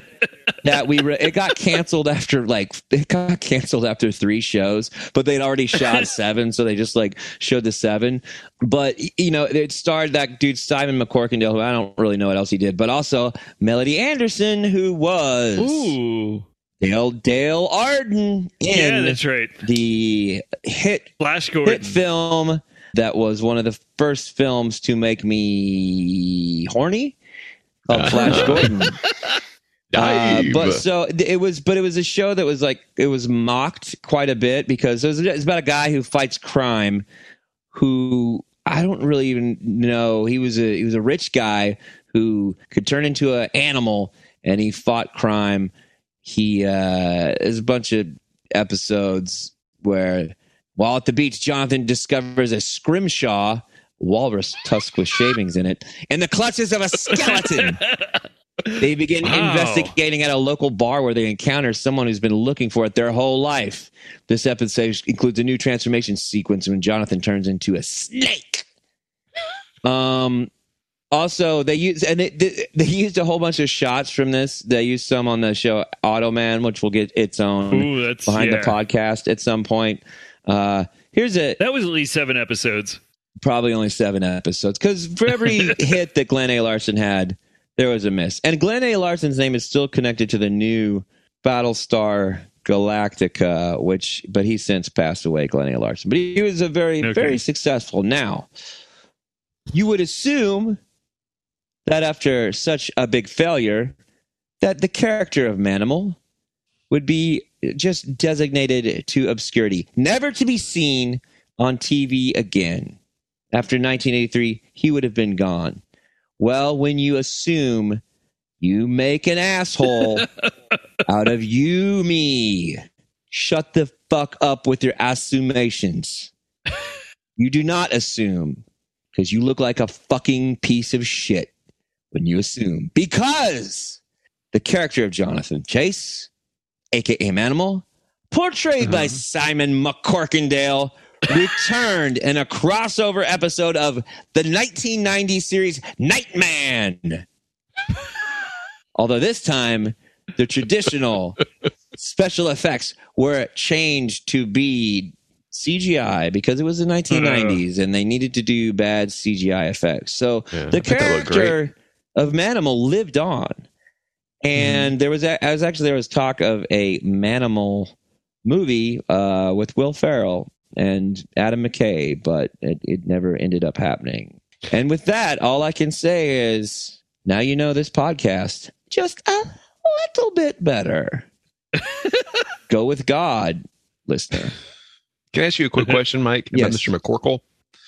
Speaker 1: that we re- it got canceled after like it got canceled after three shows, but they'd already shot seven, so they just like showed the seven. But y- you know, it starred that dude Simon McCorkindale, who I don't really know what else he did, but also Melody Anderson, who was
Speaker 3: Ooh.
Speaker 1: Dale Dale Arden
Speaker 3: yeah,
Speaker 1: in
Speaker 3: that's right.
Speaker 1: the hit
Speaker 3: Flash
Speaker 1: hit
Speaker 3: Gordon.
Speaker 1: film that was one of the first films to make me horny called Flash Gordon. Uh,
Speaker 2: Dive.
Speaker 1: but so th- it was, but it was a show that was like it was mocked quite a bit because it was, it's about a guy who fights crime, who I don't really even know. He was a he was a rich guy who could turn into an animal, and he fought crime. He uh, there's a bunch of episodes where while at the beach, Jonathan discovers a scrimshaw walrus tusk with shavings in it, and the clutches of a skeleton. They begin
Speaker 3: Wow.
Speaker 1: investigating at a local bar where they encounter someone who's been looking for it their whole life. This episode includes a new transformation sequence when Jonathan turns into a snake. Um, also, they use and it, they, they used a whole bunch of shots from this. They used some on the show Automan, which will get its own
Speaker 3: Ooh, that's
Speaker 1: behind
Speaker 3: Mm, yeah.
Speaker 1: the podcast at some point. Uh, here's a
Speaker 3: That was at least seven episodes.
Speaker 1: probably only seven episodes because for every hit that Glenn A. Larson had, there was a miss. And Glenn A. Larson's name is still connected to the new Battlestar Galactica, which, but he since passed away, Glenn A. Larson. But he was a very,
Speaker 3: Okay.
Speaker 1: very successful. Now, you would assume that after such a big failure, that the character of Manimal would be just designated to obscurity, never to be seen on TV again. After 1983, he would have been gone. Well, when you assume you make an asshole out of you, me, shut the fuck up with your assumations. You do not assume because you look like a fucking piece of shit when you assume. Because the character of Jonathan Chase, aka Manimal, portrayed by Simon McCorkindale, returned in a crossover episode of the 1990 series Nightman. Although this time, the traditional special effects were changed to be CGI because it was the 1990s and they needed to do bad CGI effects. So
Speaker 2: Yeah,
Speaker 1: the
Speaker 2: I bet that looked great.
Speaker 1: character of Manimal lived on, and there was, a, I was actually there was talk of a Manimal movie uh, with Will Ferrell and Adam McKay, but it, it never ended up happening. And with that, all I can say is now you know this podcast just a little bit better. Go with God, listener.
Speaker 2: Can I ask you a quick
Speaker 3: Mhm.
Speaker 2: question, Mike?
Speaker 1: Yes.
Speaker 2: About Mr. McCorkle.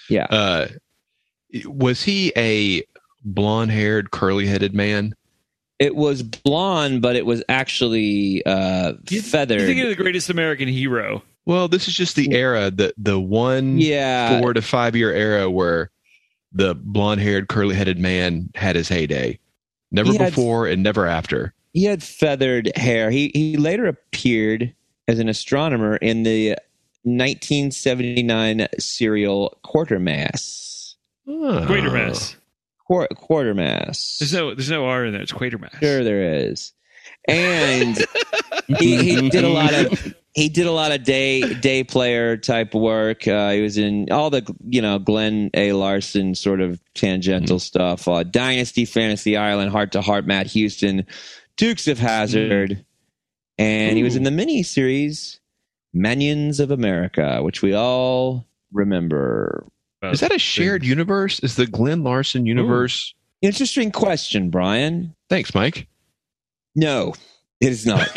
Speaker 1: Yeah.
Speaker 2: Uh, was he a blonde-haired, curly-headed man?
Speaker 1: It was blonde, but it was actually uh,
Speaker 3: You- you
Speaker 1: feathered.
Speaker 3: You're thinking of the greatest American hero.
Speaker 2: Well, this is just the era the the one
Speaker 1: yeah,
Speaker 2: four to five year era where the blonde-haired, curly-headed man had his heyday. Never
Speaker 1: He had-
Speaker 2: before and never after.
Speaker 1: he had feathered hair. He he later appeared as an astronomer in the 1979 serial Quartermass.
Speaker 2: Oh.
Speaker 3: Quatermass.
Speaker 1: Quar- Quartermass.
Speaker 3: There's no there's no R in there. It's Quatermass.
Speaker 1: Sure, there is. And he, he did a lot of he did a lot of day day player type work. Uh, he was in all the you know Glenn A. Larson sort of tangential stuff. Uh, Dynasty, Fantasy Island, Heart to Heart, Matt Houston, Dukes of Hazard, and he was in the mini series Minions of America, which we all remember.
Speaker 2: Is that a shared universe? Is the Glenn Larson universe?
Speaker 1: Interesting question, Brian.
Speaker 2: Thanks, Mike.
Speaker 1: No, it is not.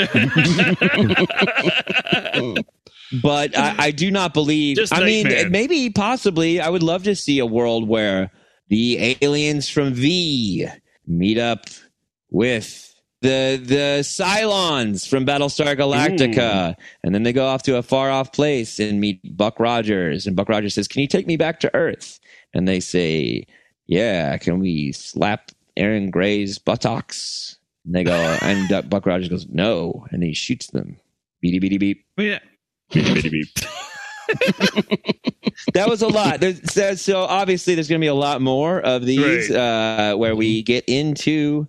Speaker 1: but I, I do not believe.
Speaker 3: Just
Speaker 1: I mean,
Speaker 3: Nightman.
Speaker 1: maybe possibly. I would love to see a world where the aliens from V meet up with the the Cylons from Battlestar Galactica, and then they go off to a far off place and meet Buck Rogers, and Buck Rogers says, "Can you take me back to Earth?" And they say, "Yeah." Can we slap Aaron Gray's buttocks? And they go, and uh, Buck Rogers goes, "No," and he shoots them. Beady beady beep
Speaker 3: I mean,
Speaker 1: that was a lot. There's, there's- so obviously, there's going to be a lot more of these uh, where we get into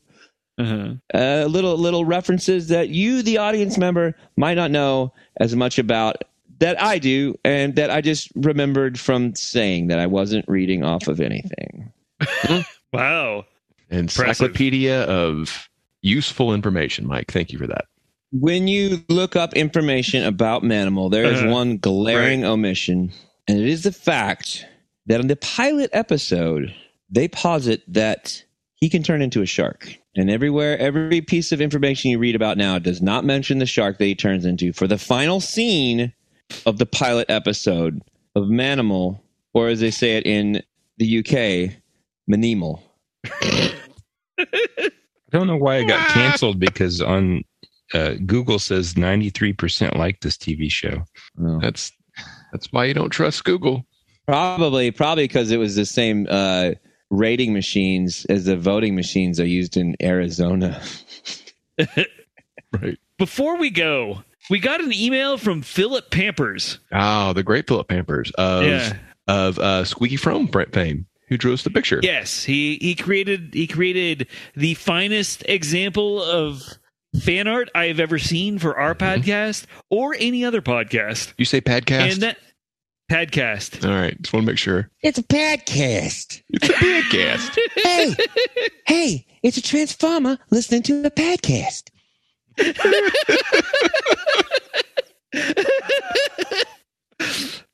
Speaker 3: uh-huh.
Speaker 1: uh, little little references that you, the audience member, might not know as much about that I do, and that I just remembered from saying that I wasn't reading off of anything.
Speaker 3: Wow.
Speaker 2: Encyclopedia of useful information, Mike. Thank you for that.
Speaker 1: When you look up information about Manimal, there is
Speaker 3: Uh-huh.
Speaker 1: one glaring omission, and it is the fact that in the pilot episode, they posit that he can turn into a shark. And everywhere, every piece of information you read about now does not mention the shark that he turns into. For the final scene of the pilot episode of Manimal, or as they say it in the UK, Manimal.
Speaker 5: I don't know why it
Speaker 3: Ah!
Speaker 5: got canceled because on uh, Google says 93% like this TV show.
Speaker 1: Oh.
Speaker 2: That's that's why you don't trust Google.
Speaker 1: Probably, probably because it was the same uh, rating machines as the voting machines are used in Arizona.
Speaker 2: Right.
Speaker 3: Before we go, we got an email from Philip Pampers.
Speaker 2: Oh, the great Philip Pampers of
Speaker 3: yeah.
Speaker 2: of uh, Squeaky From Brent fame, who drew us the picture.
Speaker 3: Yes. He he created he created the finest example of fan art I have ever seen for our
Speaker 2: Mhm.
Speaker 3: podcast or any other podcast.
Speaker 2: You say podcast?
Speaker 3: And that podcast.
Speaker 2: All right, just want to make sure.
Speaker 1: It's a podcast.
Speaker 2: It's a podcast.
Speaker 1: Hey, hey, it's a transformer listening to the podcast.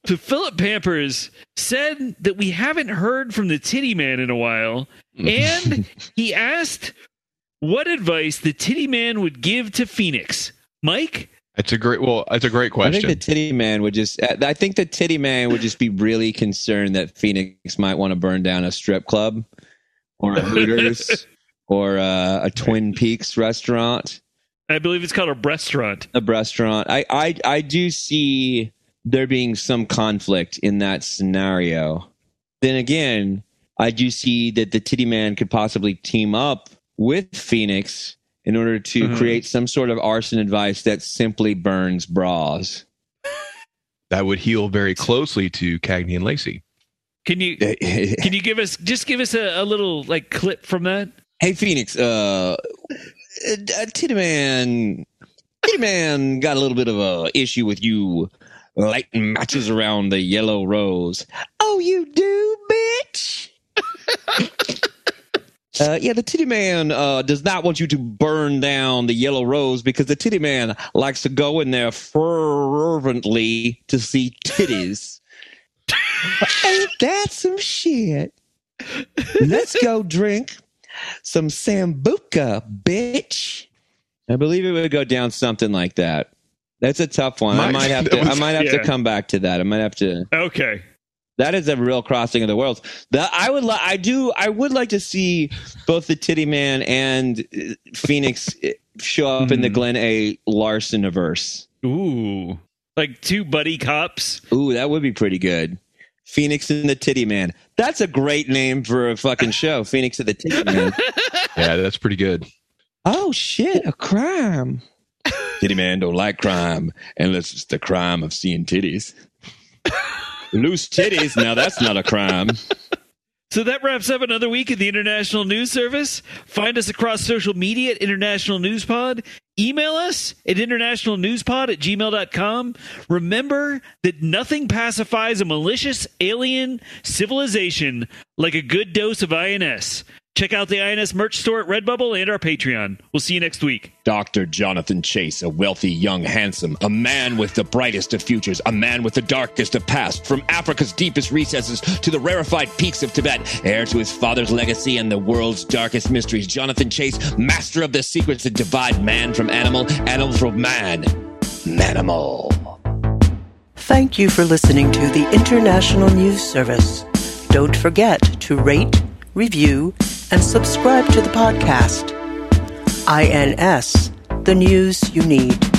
Speaker 3: So Philip Pampers said that we haven't heard from the Titty Man in a while, and he asked what advice the Titty Man would give to Phoenix. Mike,
Speaker 2: It's a great. Well, it's a great
Speaker 1: I
Speaker 2: question.
Speaker 1: think the titty man would just. uh, I think the titty man would just be really concerned that Phoenix might want to burn down a strip club, or a Hooters, or uh, a Twin Peaks restaurant.
Speaker 3: I believe it's called a restaurant.
Speaker 1: a restaurant. I, I I do see there being some conflict in that scenario. Then again, I do see that the Titty Man could possibly team up with Phoenix in order to
Speaker 3: Mhm.
Speaker 1: create some sort of arson advice that simply burns bras.
Speaker 2: that would heal very closely to Cagney and Lacey.
Speaker 3: Can you
Speaker 1: hey
Speaker 3: can you give us just give us a, a little like clip from that?
Speaker 1: Phoenix, uh, uh, Titty Man, Titty Man got a little bit of a issue with you lighting matches around the yellow rose. Oh, you do, bitch. Uh, yeah, the titty man uh, does not want you to burn down the yellow rose because the titty man likes to go in there fervently to see titties. Ain't that some shit? Let's go drink some sambuca, bitch. I believe it would go down something like that. That's a tough one. I
Speaker 2: My-
Speaker 1: might have
Speaker 2: that
Speaker 1: to. I
Speaker 2: was-
Speaker 1: might have
Speaker 3: yeah.
Speaker 1: to come back to that. I might have to.
Speaker 3: Okay.
Speaker 1: That is a real crossing of the worlds. That I would. Li- I do. I would like to see both the Titty Man and uh, Phoenix uh, show up in the
Speaker 3: Hmm.
Speaker 1: Glenn A. Larson verse.
Speaker 3: Ooh. Like two buddy cops.
Speaker 1: Ooh, that would be pretty good. Phoenix and the Titty Man. That's a great name for a fucking show. Phoenix and the Titty Man.
Speaker 2: Yeah, that's pretty good.
Speaker 1: Oh shit, a crime. Titty man don't like crime unless it's the crime of seeing titties. Loose titties, now that's not a crime.
Speaker 3: So that wraps up another week of the International News Service. Find us across social media at International News Pod. Email us at internationalnewspod at gmail.com. Remember that nothing pacifies a malicious alien civilization like a good dose of INS. Check out the INS merch store at Redbubble and our Patreon. We'll see you next week.
Speaker 1: Dr. Jonathan Chase, a wealthy, young, handsome, a man with the brightest of futures, a man with the darkest of past, from Africa's deepest recesses to the rarefied peaks of Tibet, heir to his father's legacy and the world's darkest mysteries. Jonathan Chase, master of the secrets that divide man from animal, animal from man. Manimal.
Speaker 4: Thank you for listening to the International News Service. Don't forget to rate, review, and subscribe to the podcast. INS, the news you need.